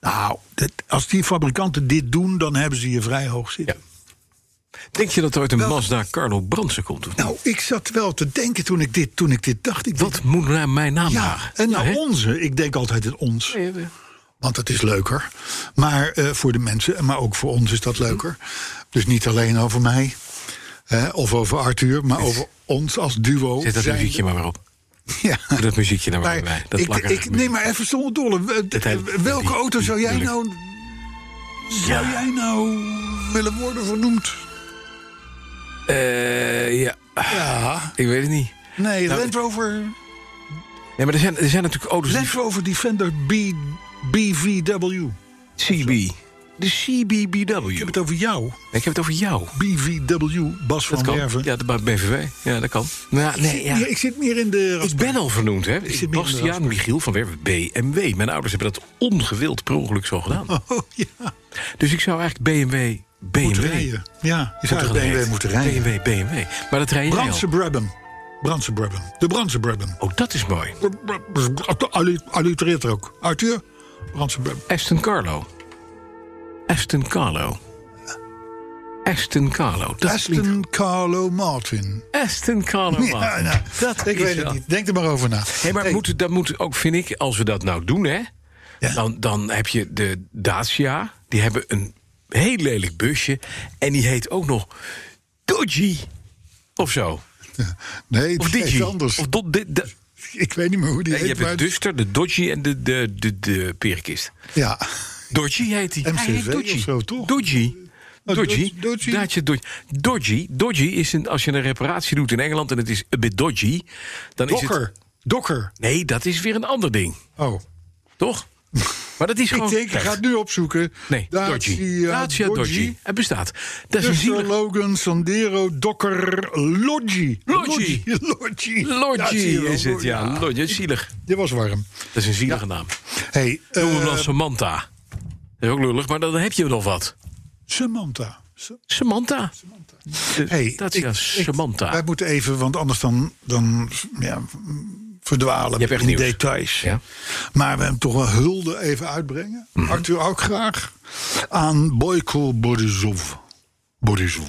[SPEAKER 2] Nou, dit- als die fabrikanten dit doen, dan hebben ze je vrij hoog zitten.
[SPEAKER 3] Ja. Denk je dat er ooit een Mazda Carlo Brandsen komt? Of niet?
[SPEAKER 2] Nou, ik zat wel te denken toen ik dit, toen ik dit dacht. Ik
[SPEAKER 3] Wat moet naar mijn naam
[SPEAKER 2] Ja,
[SPEAKER 3] dragen?
[SPEAKER 2] en
[SPEAKER 3] Ja,
[SPEAKER 2] nou
[SPEAKER 3] hè?
[SPEAKER 2] onze. Ik denk altijd het ons, want dat is leuker. Maar eh, voor de mensen, maar ook voor ons is dat leuker. Dus niet alleen over mij hè, of over Arthur, maar over ons als duo.
[SPEAKER 3] Zet dat
[SPEAKER 2] zijnde.
[SPEAKER 3] muziekje maar weer op.
[SPEAKER 2] Ja.
[SPEAKER 3] Doe dat muziekje nou maar
[SPEAKER 2] Maar
[SPEAKER 3] weer bij. Dat
[SPEAKER 2] ik,
[SPEAKER 3] plakkerige
[SPEAKER 2] ik, nee,
[SPEAKER 3] muziek.
[SPEAKER 2] maar even zonder dolle.
[SPEAKER 3] Dat hij-
[SPEAKER 2] Welke
[SPEAKER 3] die-
[SPEAKER 2] auto zou jij
[SPEAKER 3] die-
[SPEAKER 2] nou... Zou jij nou willen worden vernoemd?
[SPEAKER 3] Eh, ja,
[SPEAKER 2] Ja.
[SPEAKER 3] ik weet het niet.
[SPEAKER 2] Nee,
[SPEAKER 3] Nou,
[SPEAKER 2] Land Rover,
[SPEAKER 3] Nee, maar er zijn, er zijn natuurlijk auto's
[SPEAKER 2] Land
[SPEAKER 3] die...
[SPEAKER 2] Rover Defender B, BVW.
[SPEAKER 3] CB. De CBBW.
[SPEAKER 2] Ik heb het over jou.
[SPEAKER 3] Nee, ik heb het over jou.
[SPEAKER 2] BVW, Bas
[SPEAKER 3] Dat
[SPEAKER 2] van
[SPEAKER 3] kan.
[SPEAKER 2] Werven.
[SPEAKER 3] Ja, de BVW. Ja, dat kan. Nou, nee, ja.
[SPEAKER 2] Ja, ik zit meer in de.
[SPEAKER 3] Ik ben al vernoemd, hè?
[SPEAKER 2] zit meer in de
[SPEAKER 3] Bastiaan Michiel van Werven, BMW. Mijn ouders hebben dat ongewild per ongeluk zo gedaan.
[SPEAKER 2] Oh ja.
[SPEAKER 3] Dus ik zou eigenlijk BMW...
[SPEAKER 2] Moeten
[SPEAKER 3] BMW...
[SPEAKER 2] rijden. Ja, je zou
[SPEAKER 3] Moeten
[SPEAKER 2] de
[SPEAKER 3] gaan
[SPEAKER 2] BMW
[SPEAKER 3] rijden.
[SPEAKER 2] moeten rijden.
[SPEAKER 3] BMW, BMW. Maar dat rij jij al.
[SPEAKER 2] Brandse Brabham. Brandse Brabham. De Brandse Brabham.
[SPEAKER 3] Oh, dat is mooi.
[SPEAKER 2] Allu- Allitereert er ook. Arthur? Brandse Brabham.
[SPEAKER 3] Aston Carlo. Aston Carlo. Aston Carlo. Dat klinkt-
[SPEAKER 2] Aston Carlo Martin.
[SPEAKER 3] Aston Carlo.
[SPEAKER 2] Ja,
[SPEAKER 3] man.
[SPEAKER 2] nou,
[SPEAKER 3] dat
[SPEAKER 2] ik
[SPEAKER 3] is
[SPEAKER 2] weet het
[SPEAKER 3] wel-
[SPEAKER 2] niet. Denk er maar over na.
[SPEAKER 3] Hé, maar
[SPEAKER 2] Hey,
[SPEAKER 3] moet, dat moet ook, vind ik, als we dat nou doen, hè,
[SPEAKER 2] Ja.
[SPEAKER 3] dan, dan heb je de Dacia. Die hebben een heel lelijk busje. En die heet ook nog Dodgy. Of zo.
[SPEAKER 2] Nee,
[SPEAKER 3] Of
[SPEAKER 2] het is
[SPEAKER 3] Digi.
[SPEAKER 2] iets anders.
[SPEAKER 3] Of do, di- da-
[SPEAKER 2] Ik weet niet meer hoe die
[SPEAKER 3] Nee, je
[SPEAKER 2] heet.
[SPEAKER 3] hebt dus- de
[SPEAKER 2] Maar...
[SPEAKER 3] Duster, de Dodgy en de, de, de, de Perikist.
[SPEAKER 2] Ja.
[SPEAKER 3] Dodgy heet hij.
[SPEAKER 2] MCV
[SPEAKER 3] Hij heet Dodgy.
[SPEAKER 2] of zo, toch?
[SPEAKER 3] Dodgy.
[SPEAKER 2] Oh,
[SPEAKER 3] Dodgy.
[SPEAKER 2] Dodge- Dodgy.
[SPEAKER 3] Dacia Dodgy. Dodgy. Dodgy is een, als je een reparatie doet in Engeland en het is een bit dodgy, dan is het.
[SPEAKER 2] Dokker. Dokker.
[SPEAKER 3] Nee, dat is weer een ander ding,
[SPEAKER 2] Oh.
[SPEAKER 3] toch? Maar dat is gewoon.
[SPEAKER 2] Ik denk, ik
[SPEAKER 3] slecht.
[SPEAKER 2] ga het nu opzoeken.
[SPEAKER 3] Oh, Nee, Dodgy.
[SPEAKER 2] Dacia Dus,
[SPEAKER 3] Dacia Dodgy. Het bestaat. Dat is een
[SPEAKER 2] Duster,
[SPEAKER 3] zielig.
[SPEAKER 2] eh, Logan, Sandero, Docker, Lodgy.
[SPEAKER 3] Lodgy.
[SPEAKER 2] Lodgy. Ja, zie je
[SPEAKER 3] Lodgy
[SPEAKER 2] wel,
[SPEAKER 3] is het, ja.
[SPEAKER 2] Lodgy.
[SPEAKER 3] Lodgy, zielig.
[SPEAKER 2] Dit was warm.
[SPEAKER 3] Dat is een zielige naam.
[SPEAKER 2] Hey,
[SPEAKER 3] Noem
[SPEAKER 2] eh,
[SPEAKER 3] hem dan Samantha. Dat is ook lullig, maar dan heb je nog wat.
[SPEAKER 2] Samantha. Sa-
[SPEAKER 3] Samantha. De
[SPEAKER 2] Hey,
[SPEAKER 3] Dacia
[SPEAKER 2] ik- ik-
[SPEAKER 3] Samantha.
[SPEAKER 2] Wij moeten even, want anders dan, dan ja, verdwalen
[SPEAKER 3] hebt echt
[SPEAKER 2] in
[SPEAKER 3] nieuws.
[SPEAKER 2] details.
[SPEAKER 3] Ja. Mhm.
[SPEAKER 2] Maar we hem toch wel hulde even uitbrengen. Arthur ook graag. Aan Boyko Borisov. Borisov.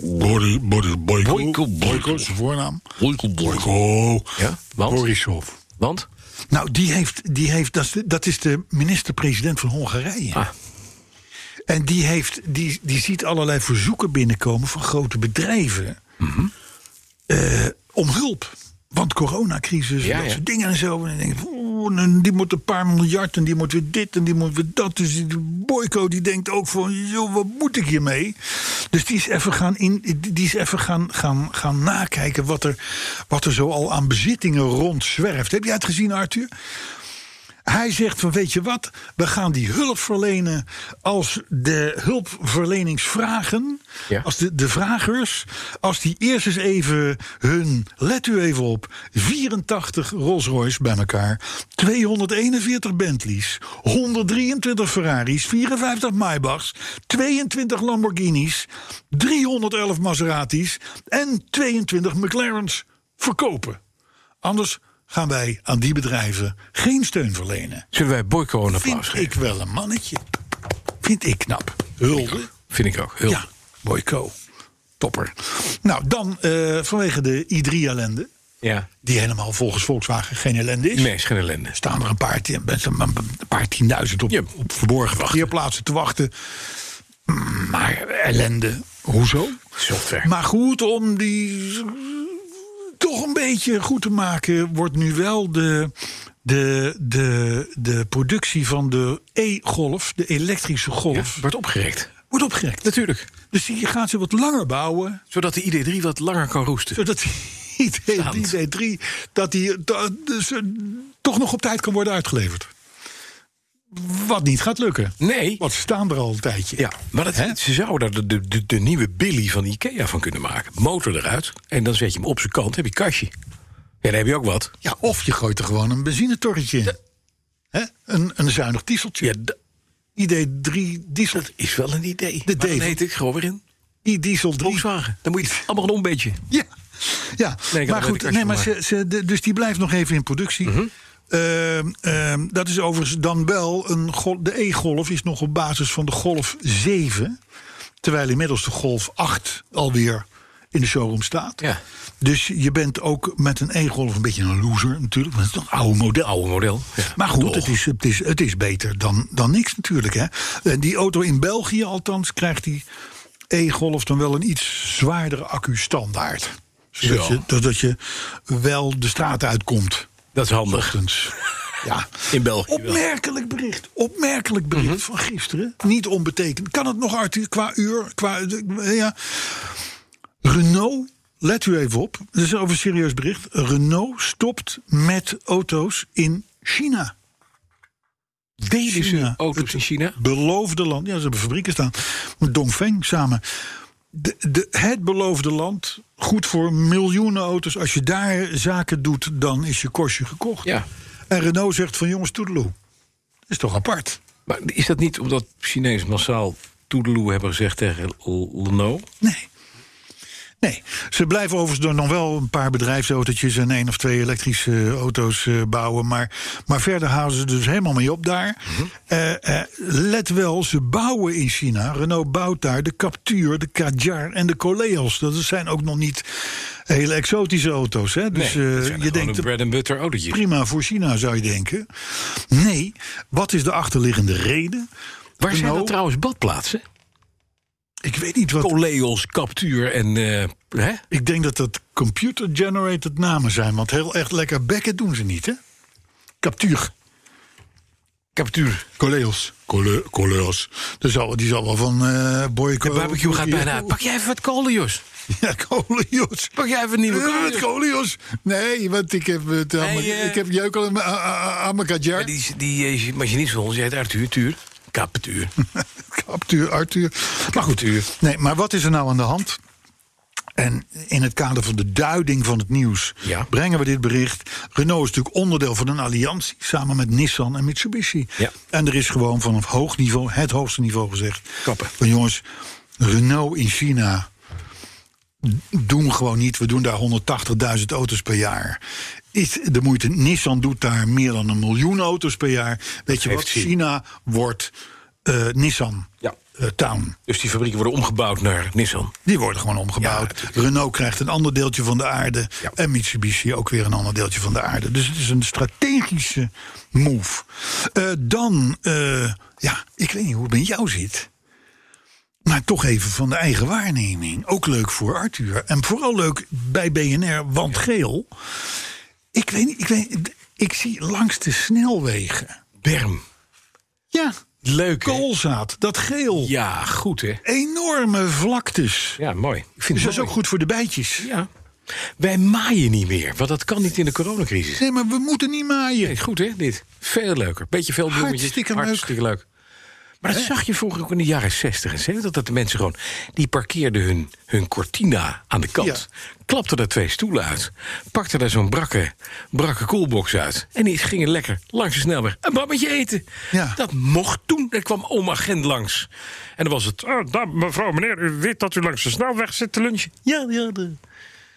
[SPEAKER 2] Boris, Boris, Boyko.
[SPEAKER 3] Boyko,
[SPEAKER 2] Boyko is zijn voornaam.
[SPEAKER 3] Boyko,
[SPEAKER 2] Boyko.
[SPEAKER 3] Ja, want?
[SPEAKER 2] Borisov.
[SPEAKER 3] Want?
[SPEAKER 2] Nou, die heeft, die heeft dat, is de, dat is de minister-president van Hongarije.
[SPEAKER 3] Ah.
[SPEAKER 2] En die, heeft, die, die ziet allerlei verzoeken binnenkomen van grote bedrijven eh, om hulp. Want coronacrisis
[SPEAKER 3] Ja,
[SPEAKER 2] en dat
[SPEAKER 3] ja.
[SPEAKER 2] soort dingen en zo. En dan denk ik, oeh, en die moet een paar miljard en die moet weer dit en die moet weer dat. Dus die Boyko die denkt ook van, joh, wat moet ik hiermee? Dus die is even gaan, in, die is even gaan, gaan, gaan nakijken wat er, wat er zo al aan bezittingen rondzwerft. Heb jij het gezien, Arthur? Hij zegt van weet je wat, we gaan die hulp verlenen als de hulpverleningsvragen,
[SPEAKER 3] Ja.
[SPEAKER 2] als de, de vragers, als die eerst eens even hun, let u even op, 84 Rolls Royce bij elkaar, 241 Bentleys, 123 Ferraris, 54 Maybachs, 22 Lamborghinis, 311 Maseratis en 22 McLarens verkopen. Anders gaan wij aan die bedrijven geen steun verlenen.
[SPEAKER 3] Zullen wij Boyko een applaus
[SPEAKER 2] Vind
[SPEAKER 3] geven?
[SPEAKER 2] ik wel een mannetje. Vind ik knap. Hulde.
[SPEAKER 3] Vind ik ook. Heel
[SPEAKER 2] Ja, Boyko. Topper. Nou, dan eh, vanwege de i3-ellende.
[SPEAKER 3] ja.
[SPEAKER 2] Die helemaal volgens Volkswagen geen ellende is.
[SPEAKER 3] Nee, is geen ellende.
[SPEAKER 2] Staan er een paar, ti- best een een paar tienduizend op,
[SPEAKER 3] Ja.
[SPEAKER 2] op verborgen parkeerplaatsen te wachten. Maar ellende, hoezo?
[SPEAKER 3] Software.
[SPEAKER 2] Maar goed, om die toch een beetje goed te maken, wordt nu wel de, de, de, de productie van de E-golf, de elektrische
[SPEAKER 3] Ja,
[SPEAKER 2] golf,
[SPEAKER 3] wordt opgerekt.
[SPEAKER 2] wordt opgerekt.
[SPEAKER 3] Natuurlijk.
[SPEAKER 2] Dus die gaan ze wat langer bouwen,
[SPEAKER 3] Zodat de ID3 wat langer kan roesten.
[SPEAKER 2] zodat die ID3 dat die, dat- dus, eh, toch nog op tijd kan worden uitgeleverd. Wat niet gaat lukken.
[SPEAKER 3] Nee.
[SPEAKER 2] Wat staan er al een tijdje.
[SPEAKER 3] Ja, maar dat, ze zouden daar de, de, de, de nieuwe Billy van Ikea van kunnen maken. Motor eruit. En dan zet je hem op zijn kant. heb je kastje. Ja, dan heb je ook wat.
[SPEAKER 2] Ja, of je gooit er gewoon een benzinetorretje in. Hè? Een, een zuinig dieseltje.
[SPEAKER 3] Ja, dat
[SPEAKER 2] ID3 diesel,
[SPEAKER 3] is wel een idee.
[SPEAKER 2] De
[SPEAKER 3] Maar dan
[SPEAKER 2] Dave.
[SPEAKER 3] heet ik gewoon weer in.
[SPEAKER 2] i-diesel 3.
[SPEAKER 3] Volkswagen. Dan moet je het allemaal een beetje.
[SPEAKER 2] Ja, ja.
[SPEAKER 3] Nee, ik Mhm. had
[SPEAKER 2] maar
[SPEAKER 3] er
[SPEAKER 2] goed,
[SPEAKER 3] een
[SPEAKER 2] nee, maar
[SPEAKER 3] kastje
[SPEAKER 2] ze, ze, de- dus die blijft nog even in productie. Ehm, ehm, dat is overigens dan wel een gol- De E-Golf is nog op basis van de Golf 7. Terwijl inmiddels de Golf 8 alweer in de showroom staat.
[SPEAKER 3] Ja.
[SPEAKER 2] Dus je bent ook met een E-Golf een beetje een loser natuurlijk. Want het is een oude model.
[SPEAKER 3] Oude model. Ja,
[SPEAKER 2] Maar goed,
[SPEAKER 3] toch.
[SPEAKER 2] het is, het, is, het is beter dan, dan niks natuurlijk. Hè? En die auto in België althans krijgt die E-Golf dan wel een iets zwaardere accu standaard. Zodat,
[SPEAKER 3] Zo.
[SPEAKER 2] je, zodat je wel de straat uitkomt.
[SPEAKER 3] Dat is handig.
[SPEAKER 2] Ochtends. Ja.
[SPEAKER 3] In België wel.
[SPEAKER 2] Opmerkelijk bericht. Opmerkelijk bericht van gisteren. Niet onbetekend. Kan het nog, Arthur, qua uur? Qua, eh, ja. Renault, let u even op. Dit is over een serieus bericht. Renault stopt met auto's in China.
[SPEAKER 3] Deden ze
[SPEAKER 2] China.
[SPEAKER 3] auto's in China?
[SPEAKER 2] beloofde land. Ja, ze hebben fabrieken staan. Met Dongfeng samen. De, de, het beloofde land. Goed voor miljoenen auto's. Als je daar zaken doet, dan is je kostje gekocht.
[SPEAKER 3] Ja.
[SPEAKER 2] En Renault zegt van jongens, toedeloe. Dat is toch apart?
[SPEAKER 3] Maar is dat niet omdat Chinezen massaal toedeloe hebben gezegd tegen Leno?
[SPEAKER 2] Nee. Nee, ze blijven overigens door nog wel een paar bedrijfsautootjes en één of twee elektrische eh, auto's eh, bouwen. Maar, maar verder houden ze dus helemaal mee op daar.
[SPEAKER 3] Mhm.
[SPEAKER 2] Eh, eh, let wel, ze bouwen in China. Renault bouwt daar de Captur, de Kadjar en de Coleos. Dat zijn ook nog niet hele exotische auto's. Hè? Dus
[SPEAKER 3] nee,
[SPEAKER 2] eh,
[SPEAKER 3] dat zijn
[SPEAKER 2] je
[SPEAKER 3] gewoon
[SPEAKER 2] denkt,
[SPEAKER 3] een bread and butter autootje.
[SPEAKER 2] prima voor China zou je denken. Nee, wat is de achterliggende reden?
[SPEAKER 3] Waar zijn dat
[SPEAKER 2] Renault-
[SPEAKER 3] trouwens badplaatsen?
[SPEAKER 2] Ik weet niet wat
[SPEAKER 3] Coleos, Captuur en... eh, hè?
[SPEAKER 2] Ik denk dat dat computer-generated namen zijn. Want heel echt lekker bekken doen ze niet, hè? Captuur.
[SPEAKER 3] Captuur.
[SPEAKER 2] Coleos. Cole- Coleos. Die zal, die zal wel van eh Boyko...
[SPEAKER 3] De barbecue gaat bijna uit. Pak jij even wat kolen, Jos.
[SPEAKER 2] Ja, Coleos.
[SPEAKER 3] Pak jij even een nieuwe
[SPEAKER 2] Eh,
[SPEAKER 3] kolen.
[SPEAKER 2] het Coleos. Nee, want ik heb, het aan
[SPEAKER 3] Nee,
[SPEAKER 2] mijn-
[SPEAKER 3] eh.
[SPEAKER 2] ik heb jeuk al in mijn- aan- aan aan mijn kajar.
[SPEAKER 3] Maar die, die eh, machinist van ons die heet Arthur Tuur. Captuur.
[SPEAKER 2] Captuur, Arthur. Maar goed, nee, maar wat is er nou aan de hand? En in het kader van de duiding van het nieuws
[SPEAKER 3] Ja.
[SPEAKER 2] brengen we dit bericht. Renault is natuurlijk onderdeel van een alliantie samen met Nissan en Mitsubishi.
[SPEAKER 3] Ja.
[SPEAKER 2] En er is gewoon vanaf hoog niveau, het hoogste niveau gezegd:
[SPEAKER 3] Kappen.
[SPEAKER 2] Van jongens, Renault in China doen gewoon niet. We doen daar 180.000 auto's per jaar. is de moeite. Nissan doet daar meer dan een miljoen auto's per jaar. Weet je
[SPEAKER 3] geeft
[SPEAKER 2] wat?
[SPEAKER 3] zin.
[SPEAKER 2] China wordt eh, Nissan
[SPEAKER 3] Ja.
[SPEAKER 2] eh, Town.
[SPEAKER 3] Dus die fabrieken worden omgebouwd naar Nissan.
[SPEAKER 2] Die worden gewoon omgebouwd. Renault krijgt een ander deeltje van de aarde.
[SPEAKER 3] Ja.
[SPEAKER 2] En Mitsubishi ook weer een ander deeltje van de aarde. Dus het is een strategische move. Eh, dan, eh, ja, ik weet niet hoe het met jou zit. Maar toch even van de eigen waarneming. Ook leuk voor Arthur. En vooral leuk bij BNR, want geel. Ik weet niet, ik, weet, ik zie langs de snelwegen.
[SPEAKER 3] Berm.
[SPEAKER 2] Ja,
[SPEAKER 3] Leuk. hè?
[SPEAKER 2] koolzaad, dat geel.
[SPEAKER 3] Ja, goed hè.
[SPEAKER 2] Enorme vlaktes.
[SPEAKER 3] Ja, mooi. Ik vind
[SPEAKER 2] Dus dat
[SPEAKER 3] het
[SPEAKER 2] is ook
[SPEAKER 3] mooi.
[SPEAKER 2] goed voor de bijtjes.
[SPEAKER 3] Ja. Wij maaien niet meer, want dat kan niet in de coronacrisis.
[SPEAKER 2] Nee, maar we moeten niet maaien.
[SPEAKER 3] Nee, goed hè, dit. Veel leuker. Beetje veel bloemetjes.
[SPEAKER 2] Hartstikke leuk. Eh.
[SPEAKER 3] Hartstikke leuk. Maar dat zag je vroeger ook in de jaren 60 en 70. Dat de mensen gewoon. die parkeerden hun, hun cortina aan de kant. Klapten daar twee stoelen uit. Pakten daar zo'n brakke, brakke koelbox uit. En die gingen lekker langs de snelweg een babbetje eten.
[SPEAKER 2] Ja.
[SPEAKER 3] Dat mocht toen. Er kwam oma Gent langs. En dan was het. "Ah, dame, mevrouw, meneer, u weet dat u langs de snelweg zit te lunchen. Ja, ja, de,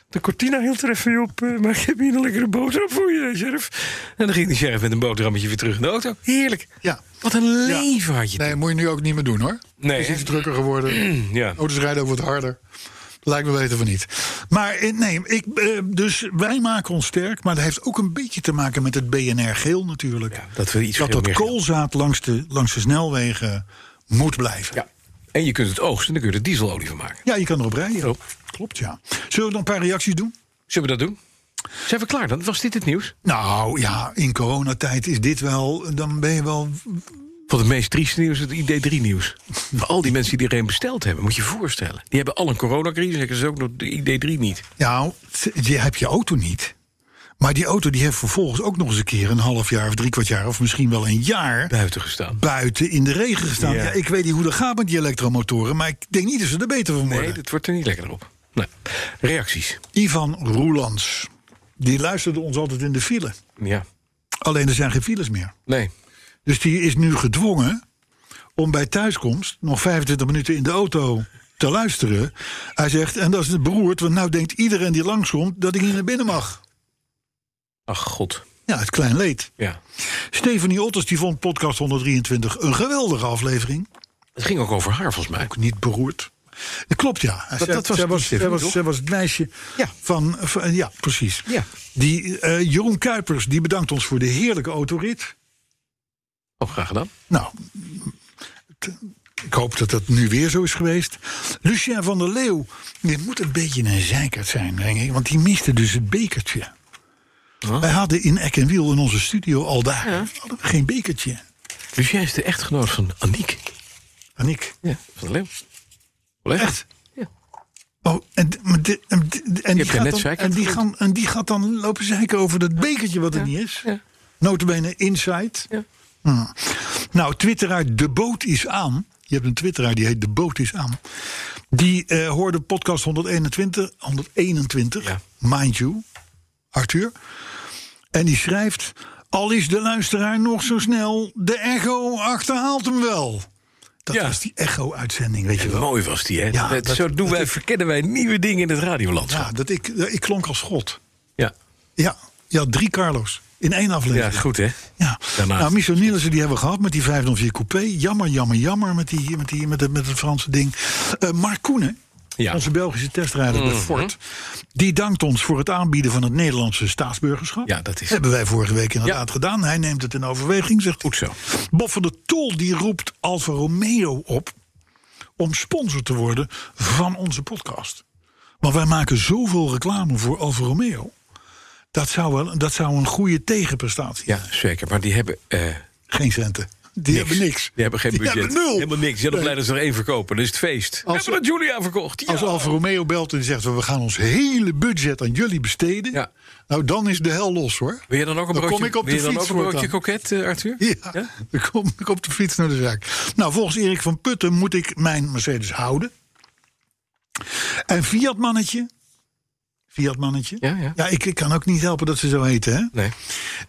[SPEAKER 3] de cortina hield er even op. eh, Maar ik heb hier een lekkere boterham voor je, sheriff. En dan ging die sheriff met een boterhammetje weer terug in de auto. Heerlijk.
[SPEAKER 6] Ja.
[SPEAKER 3] Wat een
[SPEAKER 6] Ja.
[SPEAKER 3] leven had je Dus
[SPEAKER 6] Nee, moet je nu ook niet meer doen hoor.
[SPEAKER 3] Nee, Oh,
[SPEAKER 6] Het is
[SPEAKER 3] hè?
[SPEAKER 6] iets drukker geworden.
[SPEAKER 3] Ja.
[SPEAKER 6] Auto's rijden ook wat harder.
[SPEAKER 2] Lijkt me weten van niet. Maar eh, nee, ik, eh, dus wij maken ons sterk. Maar dat heeft ook een beetje te maken met het BNR geel natuurlijk.
[SPEAKER 3] dat we iets
[SPEAKER 2] dat,
[SPEAKER 3] geel
[SPEAKER 2] dat
[SPEAKER 3] meer-
[SPEAKER 2] koolzaad langs de, langs de snelwegen moet blijven.
[SPEAKER 3] Ja. En je kunt het oogsten en dan kun je er dieselolie van maken.
[SPEAKER 2] Ja, je kan erop rijden.
[SPEAKER 3] Klopt.
[SPEAKER 2] Klopt, ja. Zullen we dan een paar reacties doen?
[SPEAKER 3] Zullen we dat doen? Zijn we klaar dan? Was dit het nieuws?
[SPEAKER 2] Nou ja, in coronatijd is dit wel... Dan ben je wel...
[SPEAKER 3] Wat het meest trieste nieuws is het ID3-nieuws. Voor al die mensen die iedereen besteld hebben, moet je je voorstellen. Die hebben al een coronacrisis, zeggen ze ook nog de ID3 niet.
[SPEAKER 2] Ja, je hebt je auto niet. Maar die auto die heeft vervolgens ook nog eens een keer... een half jaar of drie kwart jaar of misschien wel een jaar...
[SPEAKER 3] Buiten gestaan.
[SPEAKER 2] buiten in de regen gestaan.
[SPEAKER 3] Ja.
[SPEAKER 2] Ja. ik weet niet hoe dat gaat met die elektromotoren, maar ik denk niet dat ze er beter van worden.
[SPEAKER 3] Nee, dat wordt er niet lekker op. Nee. Reacties.
[SPEAKER 2] Ivan Roelands, die luisterde ons altijd in de file.
[SPEAKER 3] Ja.
[SPEAKER 2] Alleen er zijn geen files meer.
[SPEAKER 3] Nee.
[SPEAKER 2] Dus die is nu gedwongen om bij thuiskomst nog 25 minuten in de auto te luisteren. Hij zegt, en dat is het beroerd, want nou denkt iedereen die langskomt dat ik niet naar binnen mag.
[SPEAKER 3] Ach god.
[SPEAKER 2] Ja, het klein leed.
[SPEAKER 3] Ja.
[SPEAKER 2] Stephanie Otters die vond podcast 123 een geweldige aflevering.
[SPEAKER 3] Het ging ook over haar volgens mij.
[SPEAKER 2] ook niet beroerd. Dat klopt, ja. Dat,
[SPEAKER 3] dat was
[SPEAKER 2] zij,
[SPEAKER 3] die
[SPEAKER 2] was,
[SPEAKER 3] Stefanie,
[SPEAKER 2] zij, was,
[SPEAKER 3] toch?
[SPEAKER 2] zij was het meisje
[SPEAKER 3] Ja.
[SPEAKER 2] Van, van- Ja, precies.
[SPEAKER 3] Ja.
[SPEAKER 2] Die, eh, Jeroen Kuipers die bedankt ons voor de heerlijke autorit.
[SPEAKER 3] Oh, graag gedaan.
[SPEAKER 2] Nou, t- ik hoop dat dat nu weer zo is geweest. Lucien van der Leeuw, dit moet een beetje een zeikert zijn, denk ik. Want die miste dus het bekertje. Wij hadden in Eck en Wiel in onze studio al daar hadden we geen bekertje.
[SPEAKER 3] Dus jij is de echtgenoot van Aniek.
[SPEAKER 2] En ik.
[SPEAKER 3] Ja. Van de Leeuw. Collega.
[SPEAKER 2] Echt?
[SPEAKER 3] Ja.
[SPEAKER 2] Oh, en, d- maar de- en, d- en, die
[SPEAKER 3] jij net
[SPEAKER 2] gaat dan,
[SPEAKER 3] zeiken
[SPEAKER 2] en, die
[SPEAKER 3] genoemd.
[SPEAKER 2] gaan, en die gaat dan lopen zeiken over dat bekertje wat er niet is.
[SPEAKER 3] ja.
[SPEAKER 2] Notabene Inside.
[SPEAKER 3] Ja.
[SPEAKER 2] Hm. Nou, twitteraar De Boot is aan. Je hebt een twitteraar die heet De Boot is aan. Die eh, hoorde podcast 121, 121
[SPEAKER 3] Ja.
[SPEAKER 2] mind you, Arthur. En die schrijft... Al is de luisteraar nog zo snel, de echo achterhaalt hem wel. Dat
[SPEAKER 3] Ja.
[SPEAKER 2] was die echo-uitzending, weet je wel.
[SPEAKER 3] Mooi was die, hè?
[SPEAKER 2] Ja,
[SPEAKER 3] Dat-
[SPEAKER 2] dat-
[SPEAKER 3] zo doen
[SPEAKER 2] dat
[SPEAKER 3] wij,
[SPEAKER 2] is-
[SPEAKER 3] verkennen wij nieuwe dingen in het radiolandschap.
[SPEAKER 2] Ja, dat ik, eh, ik klonk als God.
[SPEAKER 3] Ja,
[SPEAKER 2] Ja, ja drie Carlo's in één
[SPEAKER 3] ja,
[SPEAKER 2] aflevering.
[SPEAKER 3] is goed, hè?
[SPEAKER 2] Ja.
[SPEAKER 3] Daarnaast.
[SPEAKER 2] Nou, Michel Nielsen die hebben we gehad met die 504 coupé. Jammer, jammer, jammer met, die, met, die, met, het, met het Franse ding. Eh Mark Koenen,
[SPEAKER 3] Ja. Mhm.
[SPEAKER 2] onze Belgische testrijder bij Ford... die dankt ons voor het aanbieden van het Nederlandse staatsburgerschap.
[SPEAKER 3] Ja, dat is-
[SPEAKER 2] hebben wij vorige week inderdaad gedaan. Hij neemt het in overweging, zegt
[SPEAKER 3] Goed zo.
[SPEAKER 2] Bob van der Tol die roept Alfa Romeo op... om sponsor te worden van onze podcast. Want wij maken zoveel reclame voor Alfa Romeo... Dat zou, wel, dat zou een goede tegenprestatie
[SPEAKER 3] Ja, zeker. Maar die hebben. eh,
[SPEAKER 2] geen centen. Die hebben niks.
[SPEAKER 3] Die hebben geen
[SPEAKER 2] Die
[SPEAKER 3] budget.
[SPEAKER 2] hebben nul.
[SPEAKER 3] Helemaal niks. Ze zijn nog blij dat ze er één verkopen. Dat is het feest. We hebben dat Julia verkocht. Ja.
[SPEAKER 6] Als Alfa Romeo belt en die zegt... we gaan ons hele budget aan jullie besteden...
[SPEAKER 3] Ja.
[SPEAKER 6] nou, dan is de hel los hoor.
[SPEAKER 3] Wil je dan ook een
[SPEAKER 6] Dan
[SPEAKER 3] broodje,
[SPEAKER 6] kom ik op de
[SPEAKER 3] wil je dan
[SPEAKER 6] fiets
[SPEAKER 3] ook een broodje
[SPEAKER 6] voortaan.
[SPEAKER 3] koket, eh, Arthur?
[SPEAKER 6] Ja, dan kom ik op de fiets naar de zaak.
[SPEAKER 2] Nou, volgens Erik van Putten moet ik mijn Mercedes houden. En Fiat mannetje. Fiat mannetje.
[SPEAKER 3] Ja, ja.
[SPEAKER 2] ik, ik kan ook niet helpen dat ze zo heten, hè?
[SPEAKER 3] Nee.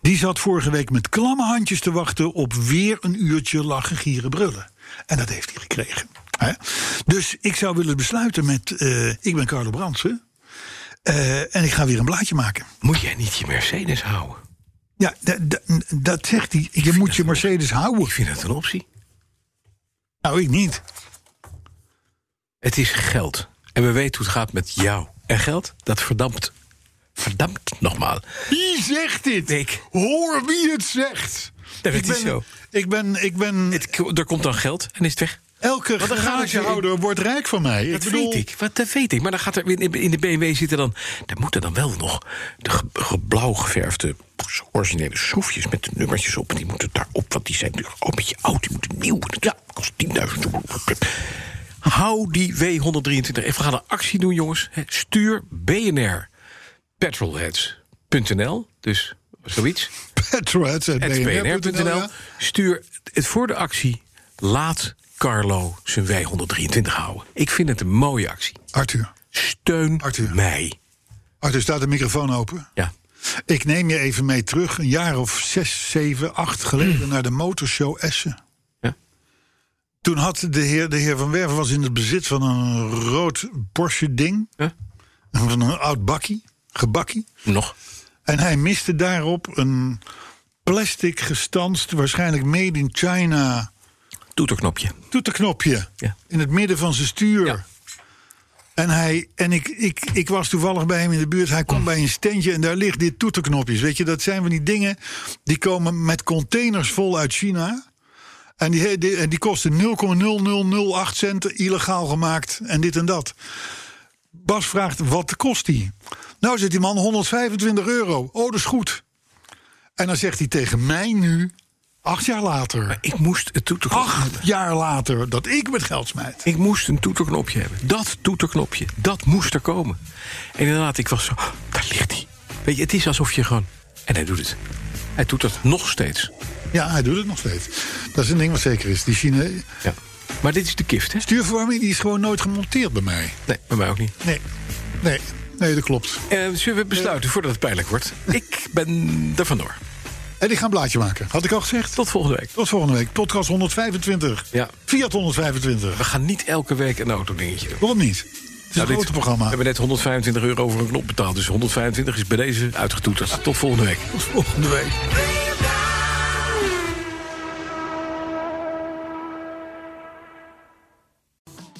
[SPEAKER 2] Die zat vorige week met klamme handjes te wachten op weer een uurtje lachen, gieren, brullen. En dat heeft hij gekregen. Hè? Dus ik zou willen besluiten met. eh, ik ben Carlo Brandsen.
[SPEAKER 7] Eh, en ik ga weer een blaadje maken.
[SPEAKER 3] Moet jij niet je Mercedes houden?
[SPEAKER 7] Ja, d- d- dat zegt hij. Je moet je Mercedes houden.
[SPEAKER 3] Ik vind dat een optie.
[SPEAKER 7] Nou, ik niet.
[SPEAKER 3] Het is geld. En we weten hoe het gaat met jou. En geld, dat verdampt. Verdampt nogmaals.
[SPEAKER 2] Wie zegt dit?
[SPEAKER 3] Ik.
[SPEAKER 2] Hoor wie het zegt.
[SPEAKER 3] Dat
[SPEAKER 7] ik ben, Ik ben, ik ben
[SPEAKER 3] Het, er komt dan geld en is het weg.
[SPEAKER 7] elke
[SPEAKER 3] dan gaan we-
[SPEAKER 7] garagehouder wordt rijk van mij.
[SPEAKER 3] Dat weet ik. Wat, dat weet ik. Maar dan gaat er in, in de BMW zitten dan. Daar moeten dan wel nog de ge, ge- blauw geverfde originele schroefjes met de nummertjes op. En die moeten daarop, want die zijn natuurlijk ook een beetje oud. Die moeten nieuw. Dat ja. kost 10.000 euro. Hou die W123. Even gaan een actie doen, jongens. Hè, Stuur BNR petrolheads.nl. Dus zoiets.
[SPEAKER 2] eh, Petroheads.bnr.nl
[SPEAKER 3] BNR.nl. Stuur het voor de actie. Laat Carlo zijn W123 houden. Ik vind het een mooie actie.
[SPEAKER 2] Arthur,
[SPEAKER 3] Steun
[SPEAKER 2] Arthur.
[SPEAKER 3] mij.
[SPEAKER 2] Arthur, staat de microfoon open?
[SPEAKER 3] Ja.
[SPEAKER 2] Ik neem je even mee terug, een jaar of zes, zeven, acht geleden... naar de motorshow Essen.
[SPEAKER 3] Ja.
[SPEAKER 2] Toen had de heer, de heer Van Werven was in het bezit van een rood Porsche-ding.
[SPEAKER 3] Ja.
[SPEAKER 2] Van een oud bakkie, gebakkie.
[SPEAKER 3] Nog.
[SPEAKER 2] En hij miste daarop een plastic gestanst, waarschijnlijk made in China...
[SPEAKER 3] Toeterknopje.
[SPEAKER 2] toeterknopje
[SPEAKER 3] Ja.
[SPEAKER 2] in het midden van zijn stuur.
[SPEAKER 3] Ja.
[SPEAKER 2] En, hij, en ik, ik, ik was toevallig bij hem in de buurt. Hij komt bij een standje en daar ligt dit toeterknopjes. Weet je, dat zijn van die dingen die komen met containers vol uit China. En die, he- die, en die kosten 0,0008 cent illegaal gemaakt en dit en dat. Bas vraagt, wat kost die? Nou, zit die man 125 euro. Oh, dat is goed. En dan zegt hij tegen mij nu, acht jaar later.
[SPEAKER 3] Ik moest het toeterknopje
[SPEAKER 2] Acht jaar later dat ik met geld smijt.
[SPEAKER 3] Ik moest een toeterknopje hebben. Dat toeterknopje, dat moest er komen. En inderdaad, ik was zo, "Oh, daar ligt hij. Weet je, het is alsof je gewoon... En hij doet het. Hij doet dat nog steeds.
[SPEAKER 2] Ja, hij doet het nog steeds. Dat is een ding wat zeker is. Die China
[SPEAKER 3] Ja. Maar dit is de gift, hè?
[SPEAKER 2] stuurverwarming die is gewoon nooit gemonteerd bij mij.
[SPEAKER 3] Nee, bij mij ook niet.
[SPEAKER 2] Nee, nee, nee, dat klopt.
[SPEAKER 3] Eh, zullen we besluiten voordat het pijnlijk wordt? Ik ben er vandoor.
[SPEAKER 2] En ik ga een blaadje maken. Had ik al gezegd?
[SPEAKER 3] Tot volgende week.
[SPEAKER 2] Tot volgende week. Podcast 125.
[SPEAKER 3] Ja.
[SPEAKER 2] Fiat 125.
[SPEAKER 3] We gaan niet elke week een autodingetje doen.
[SPEAKER 2] Waarom niet? Het is
[SPEAKER 3] Nou,
[SPEAKER 2] een
[SPEAKER 3] dit-
[SPEAKER 2] autoprogramma.
[SPEAKER 3] We hebben net 125 euro over een knop betaald. Dus 125 is bij deze uitgetoeterd. Tot volgende week.
[SPEAKER 2] Tot volgende week.